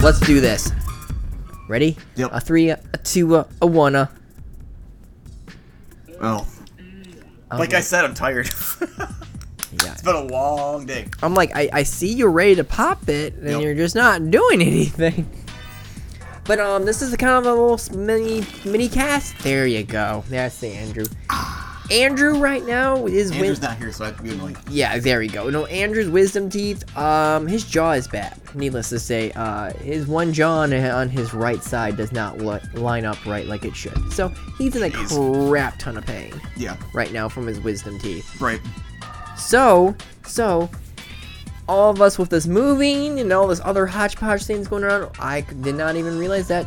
Let's do this. Ready? Yep. A three, a two, a, a one, uh. a. Oh. Like I said, I'm tired. Yeah. it's been a long day. I'm like, I, I see you're ready to pop it, and Yep. you're just not doing anything. But um, this is kind of a little s- mini mini cast. There you go. That's the Andrew. Andrew right now is win- Andrew's not here, so I have to be annoying. yeah, there we go. No, Andrew's wisdom teeth. Um, his jaw is bad. Needless to say, uh, his one jaw on, on his right side does not li- line up right like it should. So he's in a Jeez. crap ton of pain Yeah, right now from his wisdom teeth. right. So, so, all of us with this moving and all this other hodgepodge things going around, I c- did not even realize that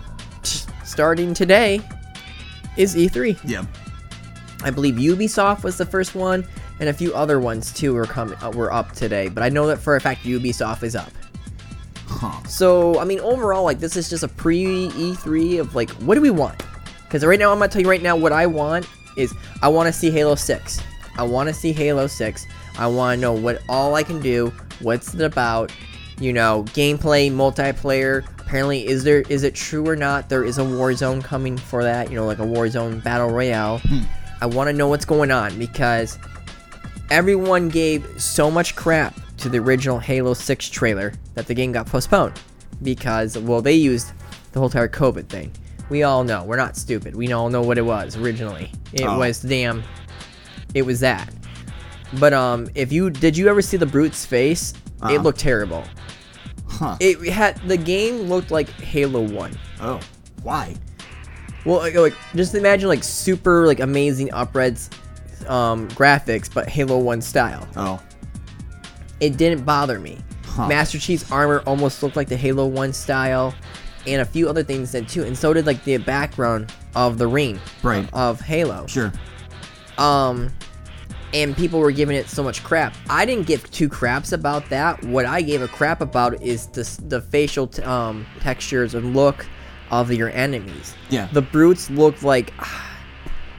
starting today is E3. Yeah. I believe Ubisoft was the first one, and a few other ones too were coming uh, were up today. But I know that for a fact Ubisoft is up. Huh. So I mean, overall, like this is just a pre E3 of like, what do we want? Because right now, I'm gonna tell you right now, what I want is I want to see Halo Six. I want to see Halo Six. I want to know what all I can do. What's it about? You know, gameplay, multiplayer. Apparently, is there is it true or not? There is a Warzone coming for that. You know, like a Warzone battle royale. I want to know what's going on because everyone gave so much crap to the original Halo 6 trailer that the game got postponed because, well, they used the whole entire COVID thing. We all know. We're not stupid. We all know what it was originally. It Oh. was damn. It was that. But um, if you did you ever see the brute's face? Uh-uh. It looked terrible. Huh. It had the game looked like Halo One. oh. Why? Well, like, like just imagine like super like amazing upreds, um, graphics, but Halo One style. Oh. it didn't bother me. Huh. Master Chief's armor almost looked like the Halo 1 style, and a few other things then too, and so did like the background of the ring Right. of Halo. Sure. Um and people were giving it so much crap. I didn't give two craps about that. What I gave a crap about is the, s- the facial t- um, textures and look of your enemies. Yeah. The brutes looked like. ah,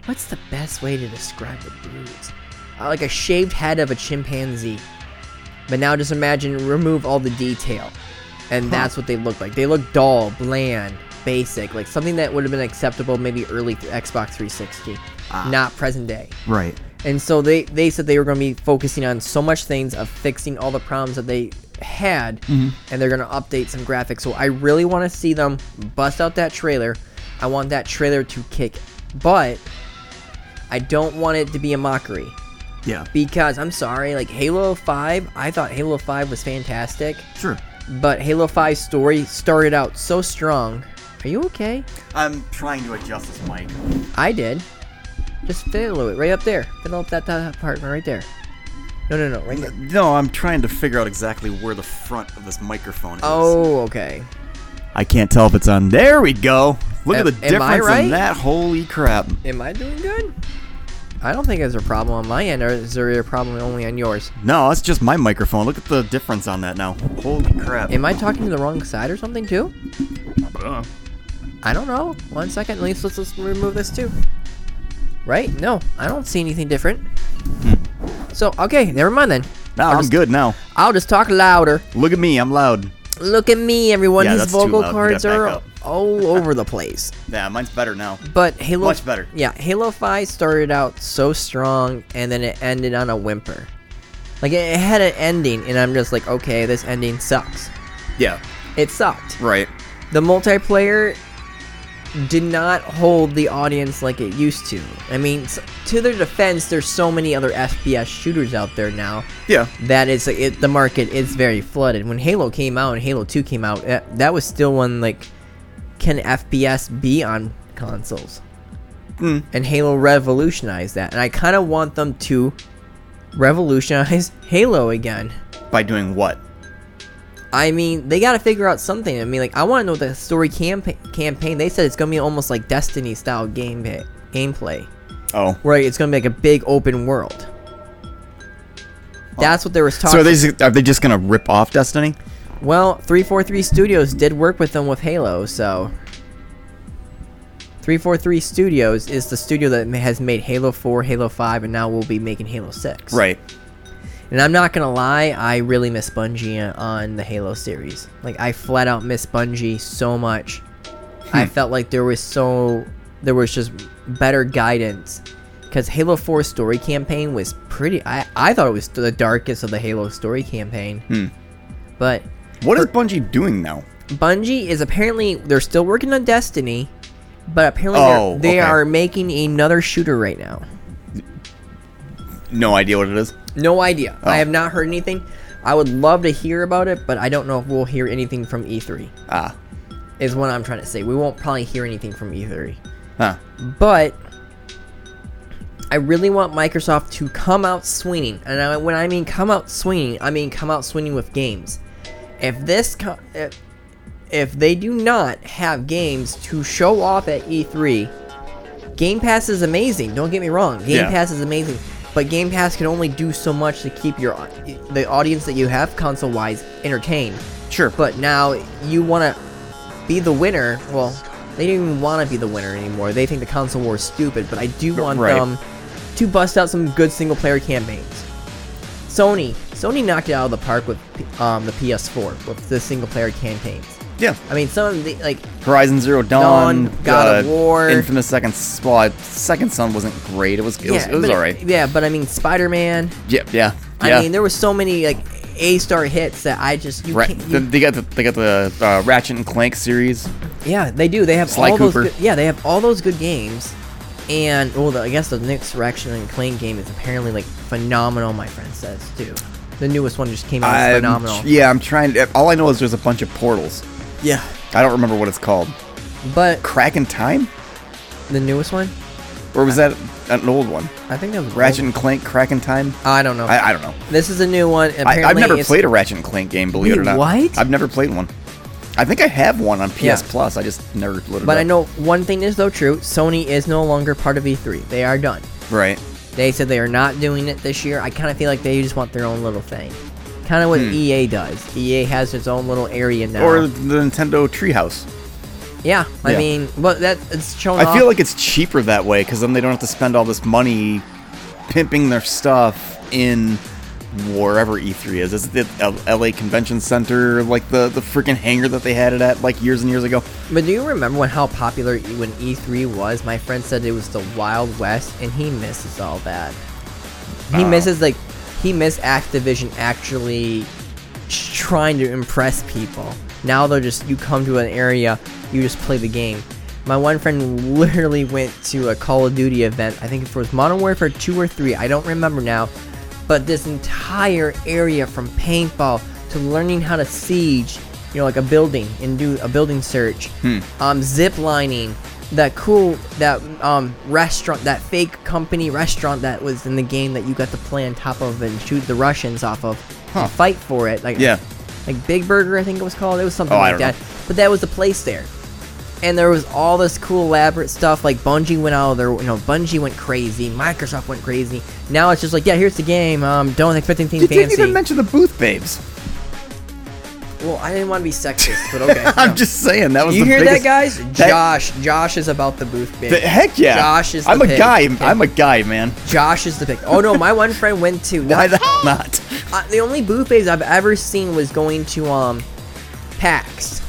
what's the best way to describe the brutes? Uh, like a shaved head of a chimpanzee. But now just imagine remove all the detail. And that's what they look like. They look dull, bland, basic, like something that would have been acceptable maybe early th- Xbox 360, not present day. Right. And so they, they said they were going to be focusing on so much things of fixing all the problems that they had, and they're going to update some graphics. So I really want to see them bust out that trailer. I want that trailer to kick butt. I don't want it to be a mockery Yeah. because I'm sorry, like Halo 5, I thought Halo 5 was fantastic, Sure. but Halo 5's story started out so strong. Are you okay? I'm trying to adjust this mic. I did. Just fiddle it right up there. Fiddle up that, that part right there. No, no, no, right there. No, I'm trying to figure out exactly where the front of this microphone is. Oh, okay. I can't tell if it's on. There we go. Look at Am- the am I difference right? in that. Holy crap. Am I doing good? I don't think there's a problem on my end, or is there a problem only on yours? No, that's just my microphone. Look at the difference on that now. Holy crap. Am I talking to the wrong side or something too? Uh-huh. I don't know. One second, at least let's, let's remove this too. Right? No, I don't see anything different. So okay, never mind then. Hmm. no, I'm good now. I'll just talk louder. Look at me. I'm loud. Look at me, everyone. Yeah, These that's too vocal loud. We cords gotta are back up. all over the place. Yeah, mine's better now. But Halo Much better. Yeah, Halo 5 started out so strong and then it ended on a whimper. Like it, it had an ending and I'm just like, okay, this ending sucks. Yeah. It sucked. Right. The multiplayer did not hold the audience like it used to. I mean, s- to their defense, there's so many other FPS shooters out there now Yeah. that it's it, the market is very flooded. When Halo came out and Halo 2 came out, that, that was still one like can FPS be on consoles? And Halo revolutionized that. And I kind of want them to revolutionize Halo again. By doing what? I mean, they got to figure out something. I mean, like I want to know the story campa- campaign. They said it's going to be almost like Destiny style game gameplay, Oh. where it's going to be like a big open world. That's what they was talking. So are they just, are they just gonna rip off Destiny? Well, 343 Studios did work with them with Halo, so 343 Studios is the studio that ma- has made Halo 4, Halo 5, and now will be making Halo 6. Right. And I'm not gonna lie, I really miss Bungie on the Halo series. Like I flat out miss Bungie so much. Hmm. I felt like there was so there was just better guidance because Halo 4 story campaign was pretty. I I thought it was the darkest of the Halo story campaign. Hmm. But What is Bungie doing now? Bungie is apparently they're still working on Destiny, but apparently they're- Oh, okay. they are making another shooter right now. No idea what it is. No idea. I Oh. have not heard anything. I would love to hear about it, but I don't know if we'll hear anything from E3. Ah. Is what I'm trying to say. We won't probably hear anything from E E3. Huh. But I really want Microsoft to come out swinging, and I, when I mean come out swinging, I mean come out swinging with games. If this, co- if, if they do not have games to show off at E3, Game Pass is amazing. Don't get me wrong, Game Yeah. Pass is amazing, but Game Pass can only do so much to keep your au- the audience that you have console-wise entertained. Sure. But now you want to be the winner. Well, they didn't even want to be the winner anymore. They think the console war is stupid, but I do want Right. them to bust out some good single player campaigns. Sony, Sony knocked it out of the park with um, the PS4 with the single player campaigns. yeah. I mean, some of the like Horizon Zero Dawn, uh, Dawn, God of War. Infamous Second Squad, Second Son wasn't great. It was it was, it was but- all right. Yeah, but I mean Spider Man. Yeah, yeah, yeah. I mean, there were so many like A star hits that I just you Ra- can't. they, you- they got the, they got the uh, Ratchet and Clank series. Yeah, they do. They have Sly all Cooper. those. Good, yeah, they have all those good games, and well, the, I guess the next Ratchet and Clank game is apparently like phenomenal. My friend says too. The newest one just came out. It's I'm- phenomenal. Yeah, I'm trying. To, all I know is there's a bunch of portals. yeah, I don't remember what it's called. but Kraken Time, the newest one, or was that an old one? I think that was Ratchet and Clank, Kraken Time. I don't know. I, I don't know. this is a new one. I, Apparently, I've never it's- played a Ratchet and Clank game. Believe it or Wait, not, what? I've never played one. I think I have one on PS Yeah. Plus. I just never loaded it But I up. know one thing is though true. Sony is no longer part of E3. They are done. Right. They said they are not doing it this year. I kind of feel like they just want their own little thing. Kind of what EA does. EA has its own little area now. Hmm. Or the Nintendo Treehouse. Yeah, I Yeah. mean, well, that it's shown I off. feel like it's cheaper that way because then they don't have to spend all this money pimping their stuff in wherever E3 is. Is it the L- LA Convention Center, like the the freaking hangar that they had it at like years and years ago? but do you remember when how popular E- when E3 was? My friend said it was the Wild West, and he misses all that. He Oh. misses like he missed Activision actually sh- trying to impress people. Now they're just you come to an area, you just play the game. My one friend literally went to a Call of Duty event. I think it was Modern Warfare 2 or 3. I don't remember now. But this entire area from paintball to learning how to siege, you know, like a building and do a building search, um, zip lining, that cool that um restaurant, that fake company restaurant that was in the game that you got to play on top of and shoot the Russians off of, and fight for it, like Yeah. like Big Burger, I think it was called. It was something Oh, I like don't that. But that was the place there, and there was all this cool elaborate stuff. Like Bungie went out of their, you know, Bungie went crazy, Microsoft went crazy. Now it's just like, yeah, here's the game. Um, don't expect anything You didn't fancy. even mention the booth babes. well, I didn't want to be sexist, but okay. I'm no. just saying that was. you the hear biggest, that, guys? that- Josh, Josh is about the booth. Babe. the- heck yeah! Josh is. I'm the a pick. guy. Okay. I'm a guy, man. Josh is the pick. Oh no, my one friend went to. Why the hell not? Uh, the only booth phase I've ever seen was going to um, PAX,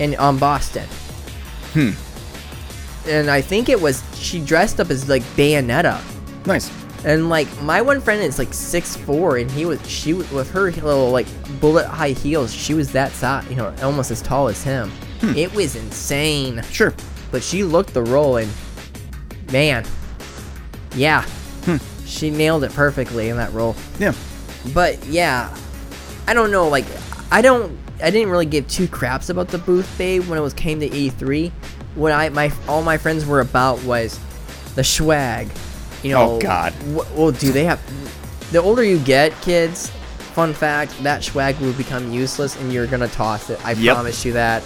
in um Boston. Hmm. And I think it was she dressed up as like Bayonetta, Nice. and like my one friend is like six four, and he was she was with her little like bullet high heels. She was that size, you know, almost as tall as him. It was insane, Sure. but she looked the role, and man, yeah, she nailed it perfectly in that role. Yeah. But yeah, I don't know. Like, I don't. I didn't really give two craps about the booth babe when it was came to E3. What I my all my friends were about was the swag. You know. Oh, God. wh- well, do they have? The older you get, kids. Fun fact: that swag will become useless, and you're gonna toss it. I Yep. promise you that.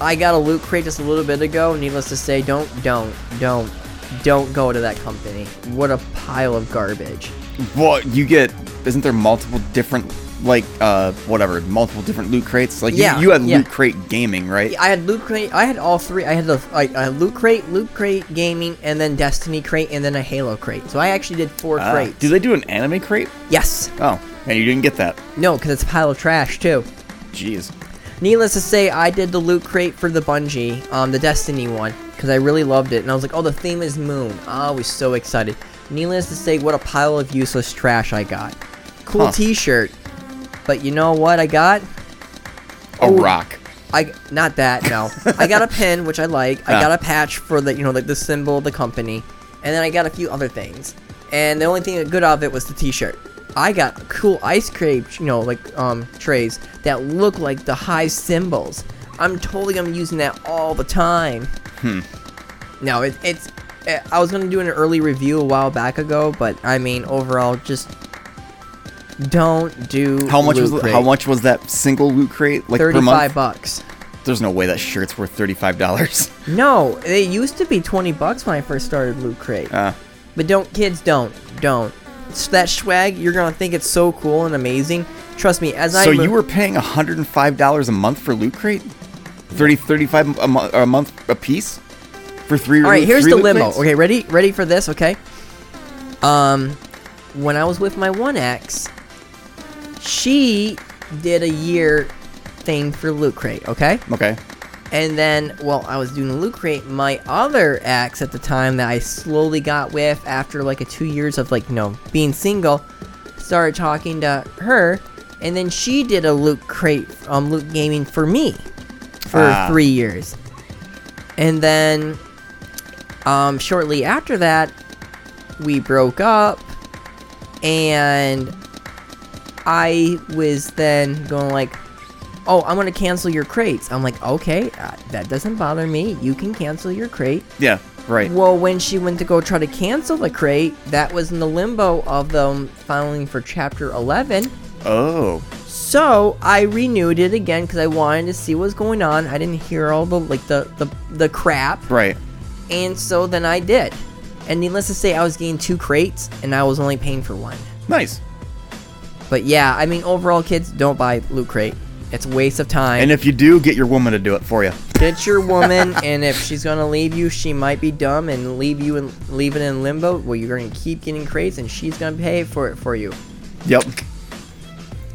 I got a loot crate just a little bit ago. Needless to say, don't, don't, don't, don't go to that company. What a pile of garbage. Well, you get isn't there multiple different like uh whatever multiple different loot crates? Like you- Yeah, you, had yeah. loot crate gaming, right? I had loot crate. I had all three. I had the I, I had loot crate, loot crate gaming, and then Destiny crate, and then a Halo crate. So I actually did four Ah, crates. do they do an anime crate? yes. Oh, and you didn't get that. No, because it's a pile of trash too. Jeez. Needless to say, I did the loot crate for the Bungie, um, the Destiny one, because I really loved it, and I was like, oh, the theme is moon. Ah, I was so excited. Needless to say, what a pile of useless trash I got. Cool Huh. T-shirt, but you know what I got? A rock. I not that no. I got a pin which I like. I Ah. got a patch for the you know like the symbol of the company, and then I got a few other things. And the only thing that good of it was the T-shirt. I got cool ice cream you know like um trays that look like the high symbols. I'm totally I'm using that all the time. Hmm. No, it, it's. eh, I was gonna do an early review a while back ago, but I mean overall just. Don't do How much loot was crate. how much was that single loot crate like per month? Thirty-five bucks. There's no way that shirt's worth thirty five dollars. No, they used to be 20 bucks when I first started Loot Crate. Uh, but don't, kids, don't, don't. S- that swag, you're gonna think it's so cool and amazing. Trust me, as I so mo- you were paying hundred and five dollars a month for loot crate, 30, 35 a, mo- a month a piece for three. all right. loot- Here's three the loot limo. crates? Okay, ready, ready for this? Okay. Um, when I was with my one ex, she did a year thing for Loot Crate. Okay. Okay. And then, well, I was doing Loot Crate. My other ex at the time that I slowly got with after like a two years of like, you know, being single, started talking to her. And then she did a Loot Crate, um, Loot Gaming for me for Ah. three years. And then, um, shortly after that, we broke up. And I was then going like, oh i'm gonna cancel your crates i'm like okay uh, that doesn't bother me you can cancel your crate Yeah. Right. well when she went to go try to cancel the crate that was in the limbo of them filing for chapter 11 Oh. so i renewed it again because i wanted to see what's going on i didn't hear all the like the the, the crap Right. and so then i did and needless to say i was getting two crates and i was only paying for one Nice. but yeah i mean overall kids don't buy loot crate it's a waste of time And if you do, get your woman to do it for you. Get your woman, and if she's gonna leave you, she might be dumb and leave you and leave it in limbo. Well, you're gonna keep getting crates, and she's gonna pay for it for you. Yep.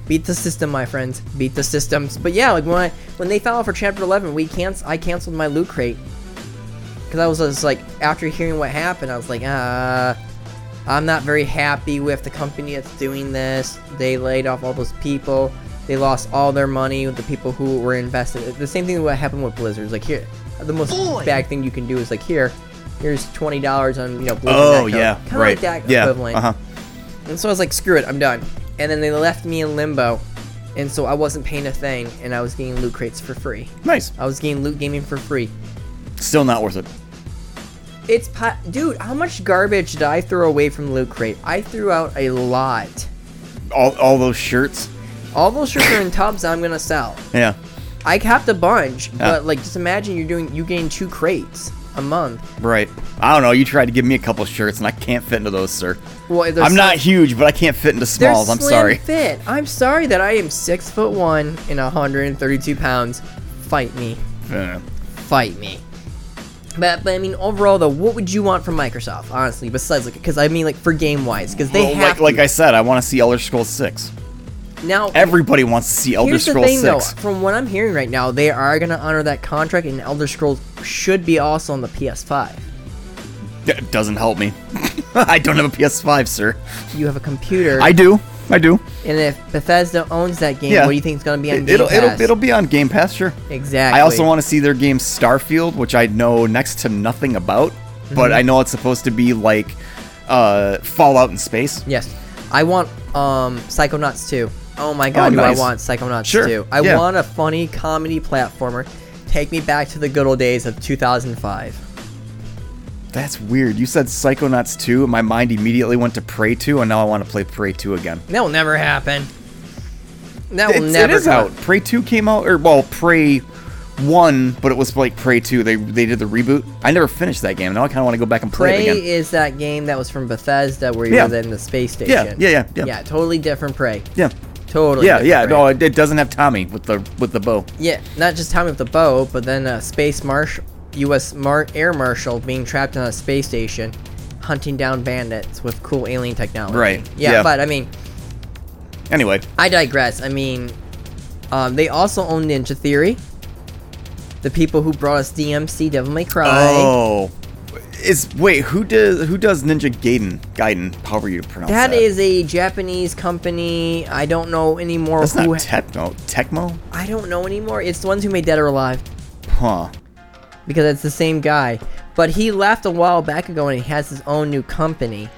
Beat the system, my friends. Beat the systems. But yeah, like when I, when they filed for chapter 11, we canc- I canceled my loot crate because I was just like after hearing what happened, I was like, uh, I'm not very happy with the company that's doing this. They laid off all those people. They lost all their money with the people who were invested. The same thing what happened with Blizzard. It's Like here, the most bad thing you can do is like here, here's twenty dollars on you know Blizzard. Oh net code. yeah. Kinda Right. Like that yeah. equivalent. Uh huh. And so I was like, screw it, I'm done. And then they left me in limbo. And so I wasn't paying a thing, and I was getting loot crates for free. Nice. I was getting loot gaming for free. Still not worth it. It's pi- dude, how much garbage did I throw away from loot crate? I threw out a lot. All all those shirts. All those shirts are in tubs I'm gonna sell. Yeah. I capped a bunch, Yeah. but like just imagine you're doing you gain two crates a month. Right. I don't know. You tried to give me a couple shirts, and I can't fit into those, sir. Well, there's I'm not huge, but I can't fit into They're smalls. I'm slim sorry. Fit. I'm sorry that I am six foot one and 132 pounds. Fight me. Uh, fight me. But, but I mean, overall though, what would you want from Microsoft, honestly? Besides, like, because I mean, like for game wise, because they well, have like, like I said, I want to see Elder Scrolls Six. to. now. Everybody wants to see Elder here's the Scrolls thing though, Six. from what I'm hearing right now, they are gonna honor that contract, and Elder Scrolls should be also on the PS5. D- doesn't help me. I don't have a PS5, sir. You have a computer, I do. I do. and if Bethesda owns that game, Yeah. what do you think is gonna be on Game it'll, Pass? it'll it'll be on Game Pass, sure. exactly. I also want to see their game Starfield, which I know next to nothing about, Mm-hmm. but I know it's supposed to be like uh, Fallout in space. Yes. I want um Psychonauts 2. Oh my god, Oh, nice. do I want Psychonauts Sure, 2. I yeah. want a funny comedy platformer. Take me back to the good old days of 2005. That's weird. You said Psychonauts 2, and my mind immediately went to Prey 2, and now I want to play Prey 2 again. That will never happen. That will It's- never it is come. out. Prey 2 came out, or well, Prey one, but it was like Prey two. They they did the reboot. I never finished that game. Now I kind of want to go back and play Prey it again. is that game that was from Bethesda where you Yeah. were in the space station. Yeah, yeah, yeah, yeah. Yeah, totally different Prey. yeah, Totally. yeah, different yeah. Prey. No, it, it doesn't have Tommy with the with the bow. Yeah, not just Tommy with the bow, but then a space marshal, U.S. Mar- air marshal being trapped on a space station, hunting down bandits with cool alien technology. Right, Yeah, yeah. but I mean, Anyway, I digress. I mean, um, they also own Ninja Theory. The people who brought us DMC, Devil May Cry. oh, is wait who does who does Ninja Gaiden Gaiden? However you pronounce that. That is a Japanese company. I don't know anymore That's not who. Tecmo. Tecmo? I don't know anymore. It's the ones who made Dead or Alive. Huh. because it's the same guy. But he left a while back ago, and he has his own new company.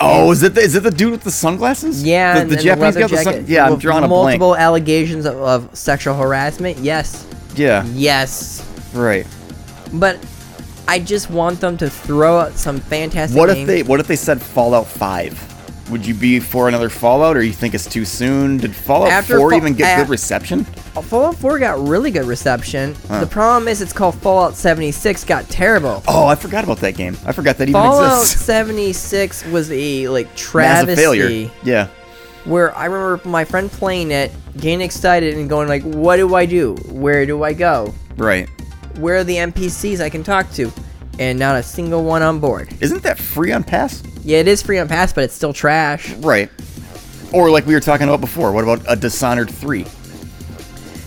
Oh, is it the, is it the dude with the sunglasses? Yeah, the, and, the and Japanese leather guy with the sun- jacket Yeah, I'm with drawing a blank. multiple allegations of, of sexual harassment. Yes, Yeah, yes, right. but I just want them to throw out some fantastic. What if names. they what if they said Fallout Five? Would you be for another Fallout, or you think it's too soon? Did Fallout After Four Fa- even get a- good reception? Oh, Fallout 4 got really good reception. Huh. The problem is it's called Fallout 76 got terrible. Oh, I forgot about that game. I forgot that even Fallout exists. 76 was a like Massive travesty. failure. Yeah. where I remember my friend playing it, getting excited and going like, "What do I do? Where do I go? Right. Where are the NPCs I can talk to?" And not a single one on board. Isn't that free on Pass? Yeah, it is free on pass, but it's still trash. Right. Or like we were talking about before. What about a Dishonored Three?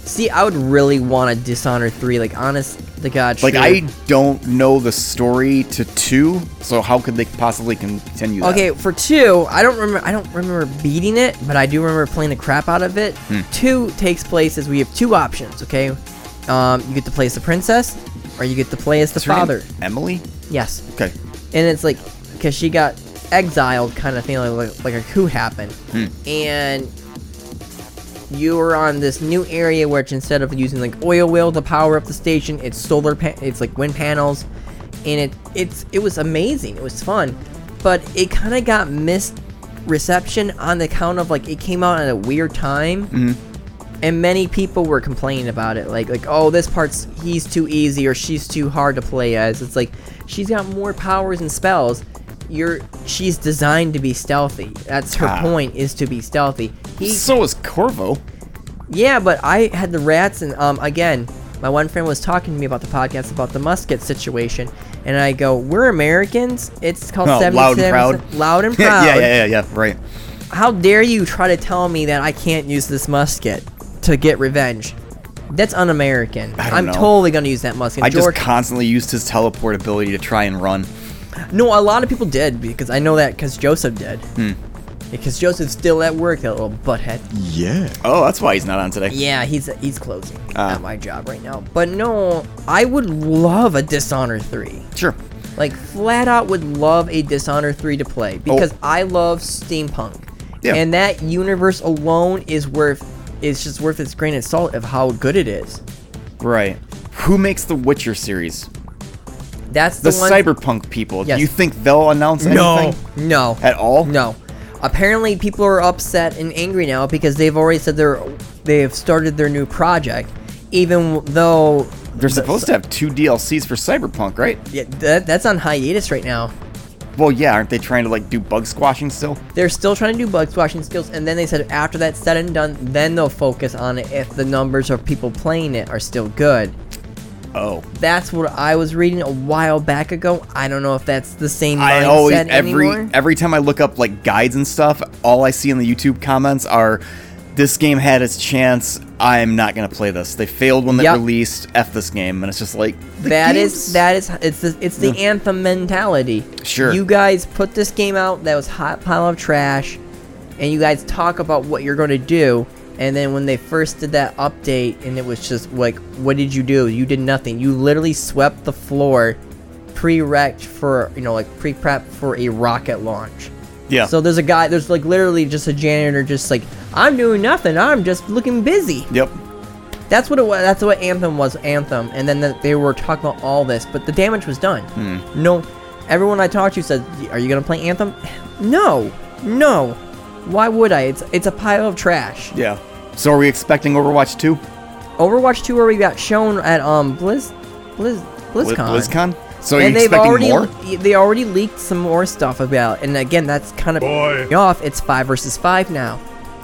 See, I would really want a Dishonored 3, like honest to god. Like sure. I don't know the story to two, so how could they possibly continue? that? Okay, for 2, I don't remember I don't remember beating it, but I do remember playing the crap out of it. Hmm. 2 takes place as we have two options, okay? Um, you get to play as the princess or you get to play as the Is her name father. Emily. Yes. Okay. and it's like because she got exiled kind of thing like like, like a coup happened Hmm. and you are on this new area which instead of using like oil wheel to power up the station it's solar pa- it's like wind panels and it it's it was amazing it was fun but it kind of got missed reception on the count of like it came out at a weird time and many people were complaining about it like like oh this part's he's too easy or she's too hard to play as it's like she's got more powers and spells you're she's designed to be stealthy that's her Ah. point is to be stealthy he So is Corvo. yeah but i had the rats and um again my one friend was talking to me about the podcast about the musket situation and i go we're americans it's called Oh, loud and 77 proud. loud and proud yeah, yeah, yeah, yeah. Right. how dare you try to tell me that I can't use this musket to get revenge? That's un-American. I don't I'm know. totally gonna use that musket. I just George, constantly used his teleport ability to try and run. no, a lot of people did because I know that because Joseph did. Hmm. Because Joseph's still at work, that little butthead. Yeah. Oh, that's why he's not on today. Yeah, he's he's closing Ah. at my job right now. But no, I would love a Dishonor three. Sure. Like flat out would love a Dishonor 3 to play because I love steampunk. Oh. Yeah. And that universe alone is worth it's just worth its grain of salt of how good it is. Right. Who makes the Witcher series? That's The the, one cyberpunk people. Yes. Do you think they'll announce No. anything No. at all? No. Apparently people are upset and angry now because they've already said they're they've started their new project even though They're supposed to have two DLCs for Cyberpunk, right? yeah, that, that's on hiatus right now. Well, yeah. Aren't they trying to like do bug squashing still? They're still trying to do bug squashing skills, and then they said after that's said and done, then they'll focus on it if the numbers of people playing it are still good. Oh. That's what I was reading a while back ago. I don't know if that's the same mindset I always every anymore. every time I look up like guides and stuff, all I see in the YouTube comments are this game had its chance. I'm not gonna play this. They failed when they Yep. released. F this game, and it's just like the That games- is that is it's the, it's the anthem mentality. Sure. You guys put this game out that was hot pile of trash, and you guys talk about what you're going to do. And then when they first did that update, and it was just like, what did you do? You did nothing. You literally swept the floor, pre-wrecked for you know like pre-prep for a rocket launch. yeah. So there's a guy, there's like literally just a janitor, just like I'm doing nothing. I'm just looking busy. yep. That's what it was. That's what Anthem was. Anthem, and then that they were talking about all this, but the damage was done. Hmm. No, everyone I talked to said, "Are you gonna play Anthem?" No, no. Why would I? It's it's a pile of trash. Yeah. So are we expecting Overwatch 2? Overwatch 2 already got shown at um Blizz, Blizz, Bli- BlizzCon. BlizzCon. So are and you they've expecting already more? they already leaked some more stuff about. And again, that's kind of Boy. me off. It's five versus five now.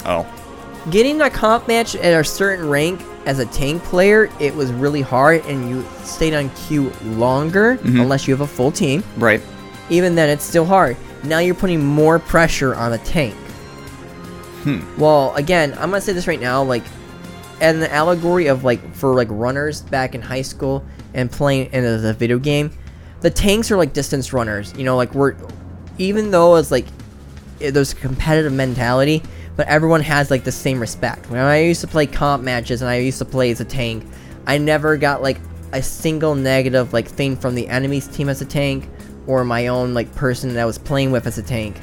Oh, Getting a comp match at a certain rank as a tank player, it was really hard, and you stayed on queue longer unless you have a full team. right. Even then, it's still hard. Now you're putting more pressure on the tank. Hmm. Well, again, I'm gonna say this right now, like, an allegory of like for like runners back in high school and playing in a, the video game, the tanks are like distance runners. You know, like we're, even though it's like, it- there's a competitive mentality, but everyone has like the same respect. When I used to play comp matches and I used to play as a tank, I never got like a single negative like thing from the enemy's team as a tank or my own like person that I was playing with as a tank.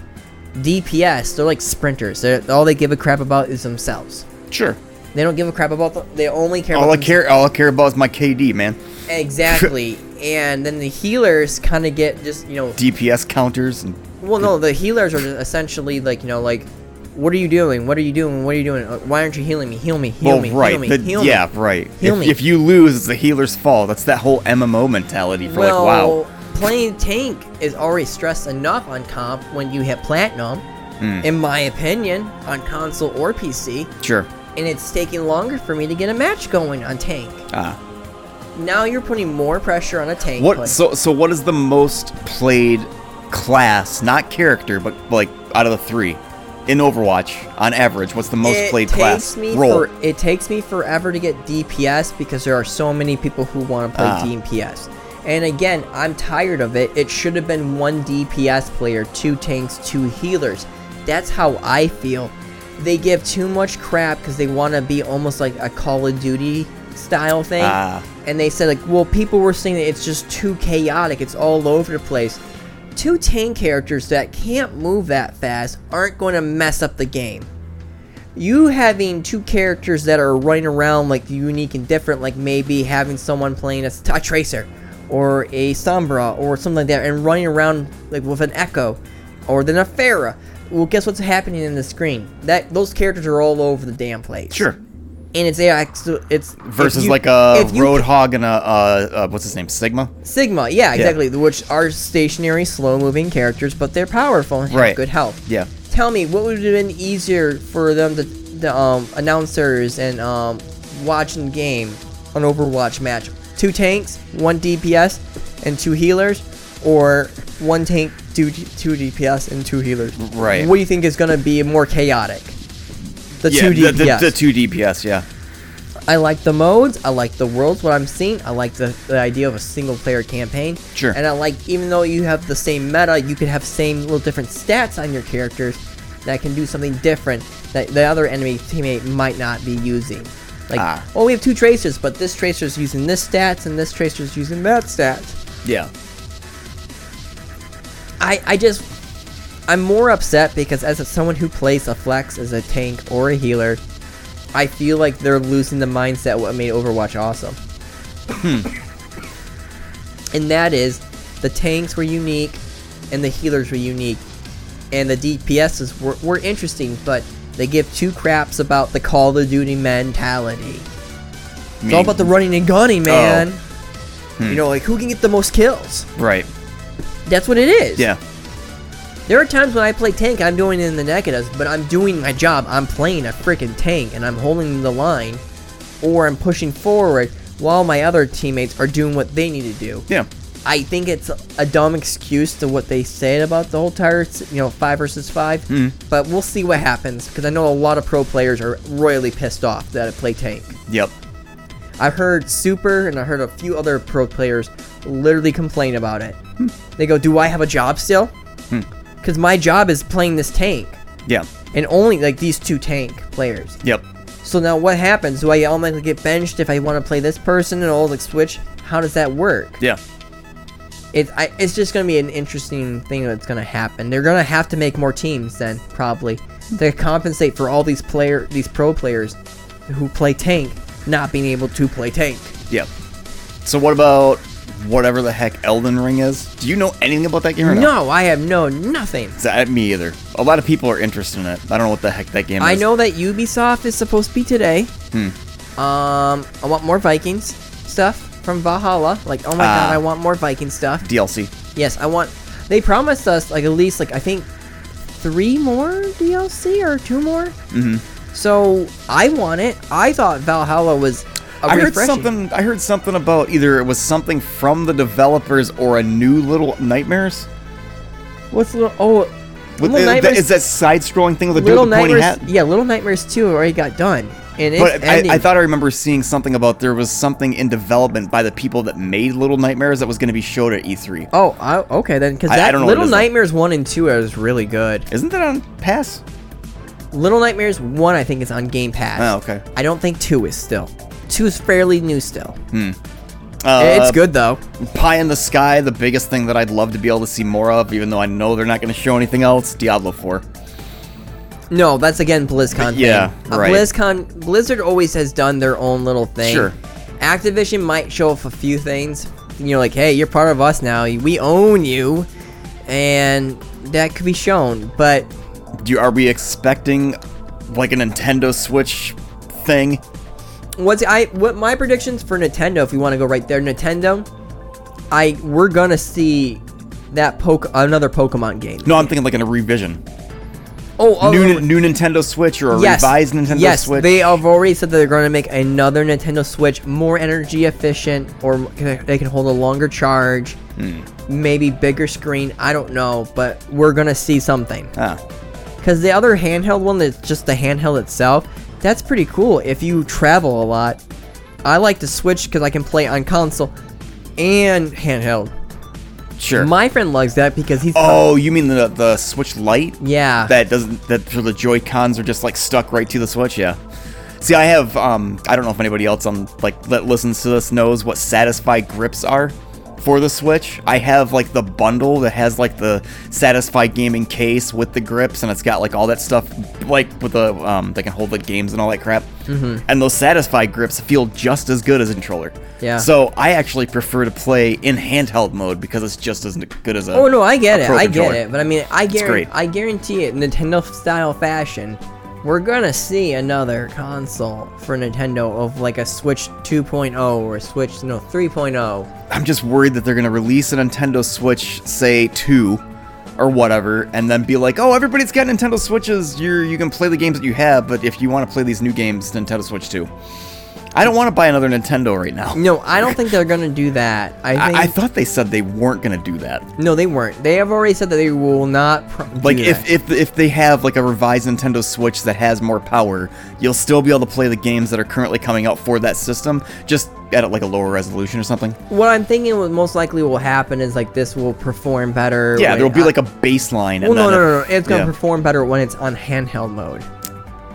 DPS, they're like sprinters. They're, all they give a crap about is themselves. Sure. They don't give a crap about. The, they only care. All I about themselves. care, all I care about is my KD, man. Exactly. and then the healers kind of get just you know. DPS counters and well, no, the healers are just essentially like you know like, what are you doing? What are you doing? What are you doing? Uh, Why aren't you healing me? Heal me. Heal well, me. Oh, right. Heal me. the- heal me. yeah, right. Heal if, me. if you lose, it's the healer's fault. That's that whole MMO mentality for well, like, wow, playing tank is already stressed enough on comp when you hit platinum, Hmm. in my opinion, on console or PC, sure. and it's taking longer for me to get a match going on tank. Ah. Now you're putting more pressure on a tank. player. What so so what is the most played class, not character, but like out of the three in Overwatch on average? What's the most it played takes class? Me Roll. For, it takes me forever to get DPS because there are so many people who want to play Ah. DPS. And again, I'm tired of it. It should have been one DPS player, two tanks, two healers. That's how I feel. They give too much crap because they want to be almost like a Call of Duty style thing. Ah. And they said like, well, people were saying that it's just too chaotic. It's all over the place. Two tank characters that can't move that fast aren't going to mess up the game you having two characters that are running around like unique and different, like maybe having someone playing a, s- a tracer or a Sombra or something like that, and running around like with an Echo or then a Pharah. Well, guess what's happening in the screen? That those characters are all over the damn place. Sure. And it's yeah, it's- it's if Versus you- like a if you ca- Roadhog and a uh, uh, what's his name? Sigma? Sigma, yeah, exactly. Which are stationary, slow-moving characters, but they're powerful and have Right. good health. Yeah. Tell me, what would have been easier for them to the um, announcers and um, watching the game on Overwatch match? Two tanks, one DPS, and two healers, or one tank, two two DPS, and two healers? Right. What do you think is gonna be more chaotic? The yeah, two the, DPS. the, the two DPS, yeah. I like the modes. I like the worlds. What I'm seeing. I like the, the idea of a single player campaign. Sure. And I like even though you have the same meta, you could have same little different stats on your characters that can do something different that the other enemy teammate might not be using. Like, Ah. oh, we have two tracers, but this tracer's using this stats and this tracer's using that stats. Yeah. I, I just I'm more upset because as a, someone who plays a flex as a tank or a healer, I feel like they're losing the mindset what made Overwatch awesome. and that is the tanks were unique and the healers were unique and the DPSs were, were interesting, but they give two craps about the Call of Duty mentality. It's all about the running and gunning, man. You know, like who can get the most kills? Right. That's what it is. Yeah. There are times when I play tank, I'm doing it in the negatives, but I'm doing my job. I'm playing a freaking tank and I'm holding the line, or I'm pushing forward while my other teammates are doing what they need to do. Yeah. I think it's a dumb excuse to what they said about the whole entire, s- you know, five versus five. But we'll see what happens because I know a lot of pro players are royally pissed off that I play tank. Yep. I've heard Super and I heard a few other pro players literally complain about it. They go, "Do I have a job still? Because my job is playing this tank Yeah. and only like these two tank players. Yep. So now what happens? Do I automatically get benched if I want to play this person and all like switch? How does that work? Yeah. It, I, it's just gonna be an interesting thing that's gonna happen. They're gonna have to make more teams then probably to compensate for all these player these pro players who play tank not being able to play tank. Yep. So what about whatever the heck Elden Ring is? Do you know anything about that game or not? No, I have no nothing. Z- Me either. A lot of people are interested in it. I don't know what the heck that game I is. Hmm. know that Ubisoft is supposed to be today. Um, I want more Vikings stuff from Valhalla. Like, oh my Ah. god, I want more Viking stuff. DLC. Yes, I want. They promised us like at least like I think three more DLC or two more. Mhm. So I want it. I thought Valhalla was. A I heard refreshing- something. I heard something about either it was something from the developers or a new Little Nightmares. What's little? Oh, With- Little is that- Nightmares. is that side-scrolling thing with the dude little with the pointy Nightmares. hat? Yeah, Little Nightmares two already got done, and it's But ending. I, I thought I remember seeing something about there was something in development by the people that made Little Nightmares that was going to be showed at E E3. Oh, I, okay then, because I- I that don't know what Little it is, though. Nightmares one and two is really good. Isn't that on Pass? Little Nightmares one, I think, is on Game Pass. Oh, okay. I don't think two is still. Two is fairly new still. Uh, it's good though. Pie in the Sky, the biggest thing that I'd love to be able to see more of, even though I know they're not going to show anything else. Diablo 4. No, that's again BlizzCon. Yeah, thing. Uh, right. BlizzCon, Blizzard always has done their own little thing. Sure. Activision might show off a few things. You know, like, hey, you're part of us now. We own you, and that could be shown. But Do you, are we expecting like a Nintendo Switch thing? what's I what my predictions for Nintendo? If we want to go right there, Nintendo, I we're gonna see that poke another Pokemon game. No, I'm thinking like in a revision. Oh, oh, new, new Nintendo Switch or a revised Nintendo yes, Switch? they have already said that they're going to make another Nintendo Switch more energy efficient, or m- they can hold a longer charge, Hmm. maybe bigger screen. I don't know, but we're gonna see something. Ah. Because the other handheld one, that's just the handheld itself, that's pretty cool. If you travel a lot, I like the Switch because I can play on console and handheld. sure. My friend likes that because he's oh, you mean the the Switch Lite? yeah. that doesn't that so the joy cons are just like stuck right to the switch yeah see i have um i don't know if anybody else on like that listens to this knows what satisfy grips are for the switch i have like the bundle that has like the satisfy gaming case with the grips and it's got like all that stuff like with the um they can hold the games and all that crap mm-hmm. and those satisfy grips feel just as good as a controller Yeah. so i actually prefer to play in handheld mode because it's just as good as a Oh no, I get a it. pro I get controller. it. But I mean, I guarantee, great. I guarantee it. Nintendo style fashion, we're gonna see another console for Nintendo of like a Switch 2.0 or a Switch no oh. 3.0. I'm just worried that they're gonna release a Nintendo Switch, say two, or whatever, and then be like, "Oh, everybody's got Nintendo Switches. You you can play the games that you have, but if you want to play these new games, Nintendo Switch two. I don't want to buy another Nintendo right now. No, I don't think they're gonna do that. I think I, I thought they said they weren't gonna do that. no, they weren't. They have already said that they will not. Pro- do Like if, that. if if they have like a revised Nintendo Switch that has more power, you'll still be able to play the games that are currently coming out for that system, just at like a lower resolution or something. what I'm thinking what most likely will happen is like this will perform better. Yeah, when there'll be I- like a baseline. Well, and then no, no, no, no. if- It's gonna yeah. perform better when it's on handheld mode.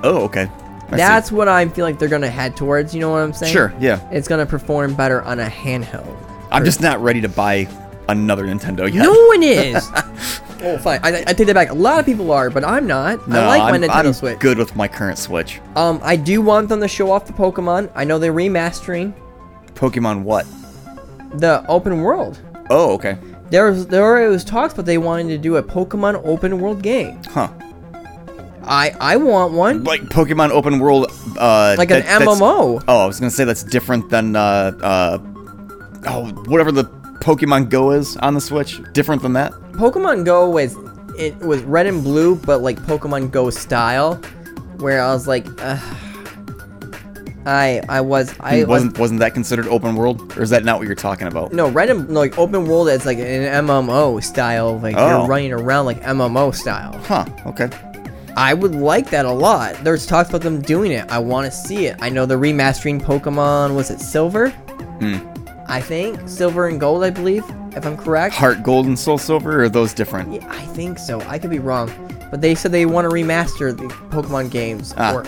Oh, okay. I see. That's what I feel like they're gonna head towards. You know what I'm saying? Sure, yeah. It's gonna perform better on a handheld. I'm just not ready to buy another Nintendo yet. No one is. oh, fine. I, I take that back. A lot of people are, but I'm not. No, I like I'm- my Nintendo I'm Switch. Good with my current Switch. Um, I do want them to show off the Pokemon. I know they're remastering Pokemon what? the open world. Oh, okay. There was there was talks, but they wanted to do a Pokemon open world game. Huh. I I want one. Like Pokemon Open World. Uh, Like an that's- MMO. Oh, I was gonna say that's different than uh uh oh whatever the Pokemon Go is on the Switch. Different than that. Pokemon Go was it was red and blue, but like Pokemon Go style, where I was like, Ugh. I I was I was wasn't wasn't that considered open world, or is that not what you're talking about? No, red and no, like open world is like an MMO style. Like Oh. you're running around like MMO style. Huh. Okay. I would like that a lot. There's talks about them doing it. I want to see it. I know they're remastering Pokemon. Was it Silver? Hmm. I think Silver and Gold. I believe, if I'm correct. Heart Gold and Soul Silver, or are those different? Yeah, I think so. I could be wrong, but they said they want to remaster the Pokemon games. Ah. Or,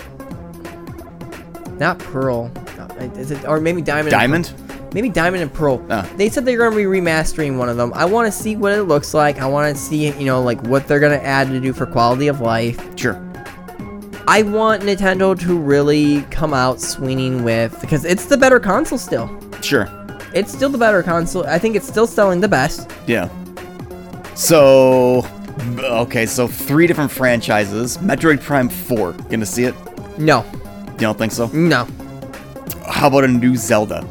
not Pearl. No, Is it, or maybe Diamond. and Diamond. Maybe Diamond and Pearl. Ah. They said they're gonna be remastering one of them. I want to see what it looks like. I want to see, you know, like what they're gonna add to do for quality of life. Sure. I want Nintendo to really come out swinging with because it's the better console still. Sure. It's still the better console. I think it's still selling the best. Yeah. So, okay, so three different franchises. Metroid Prime 4. Gonna see it? No, You don't think so? no. how about a new Zelda?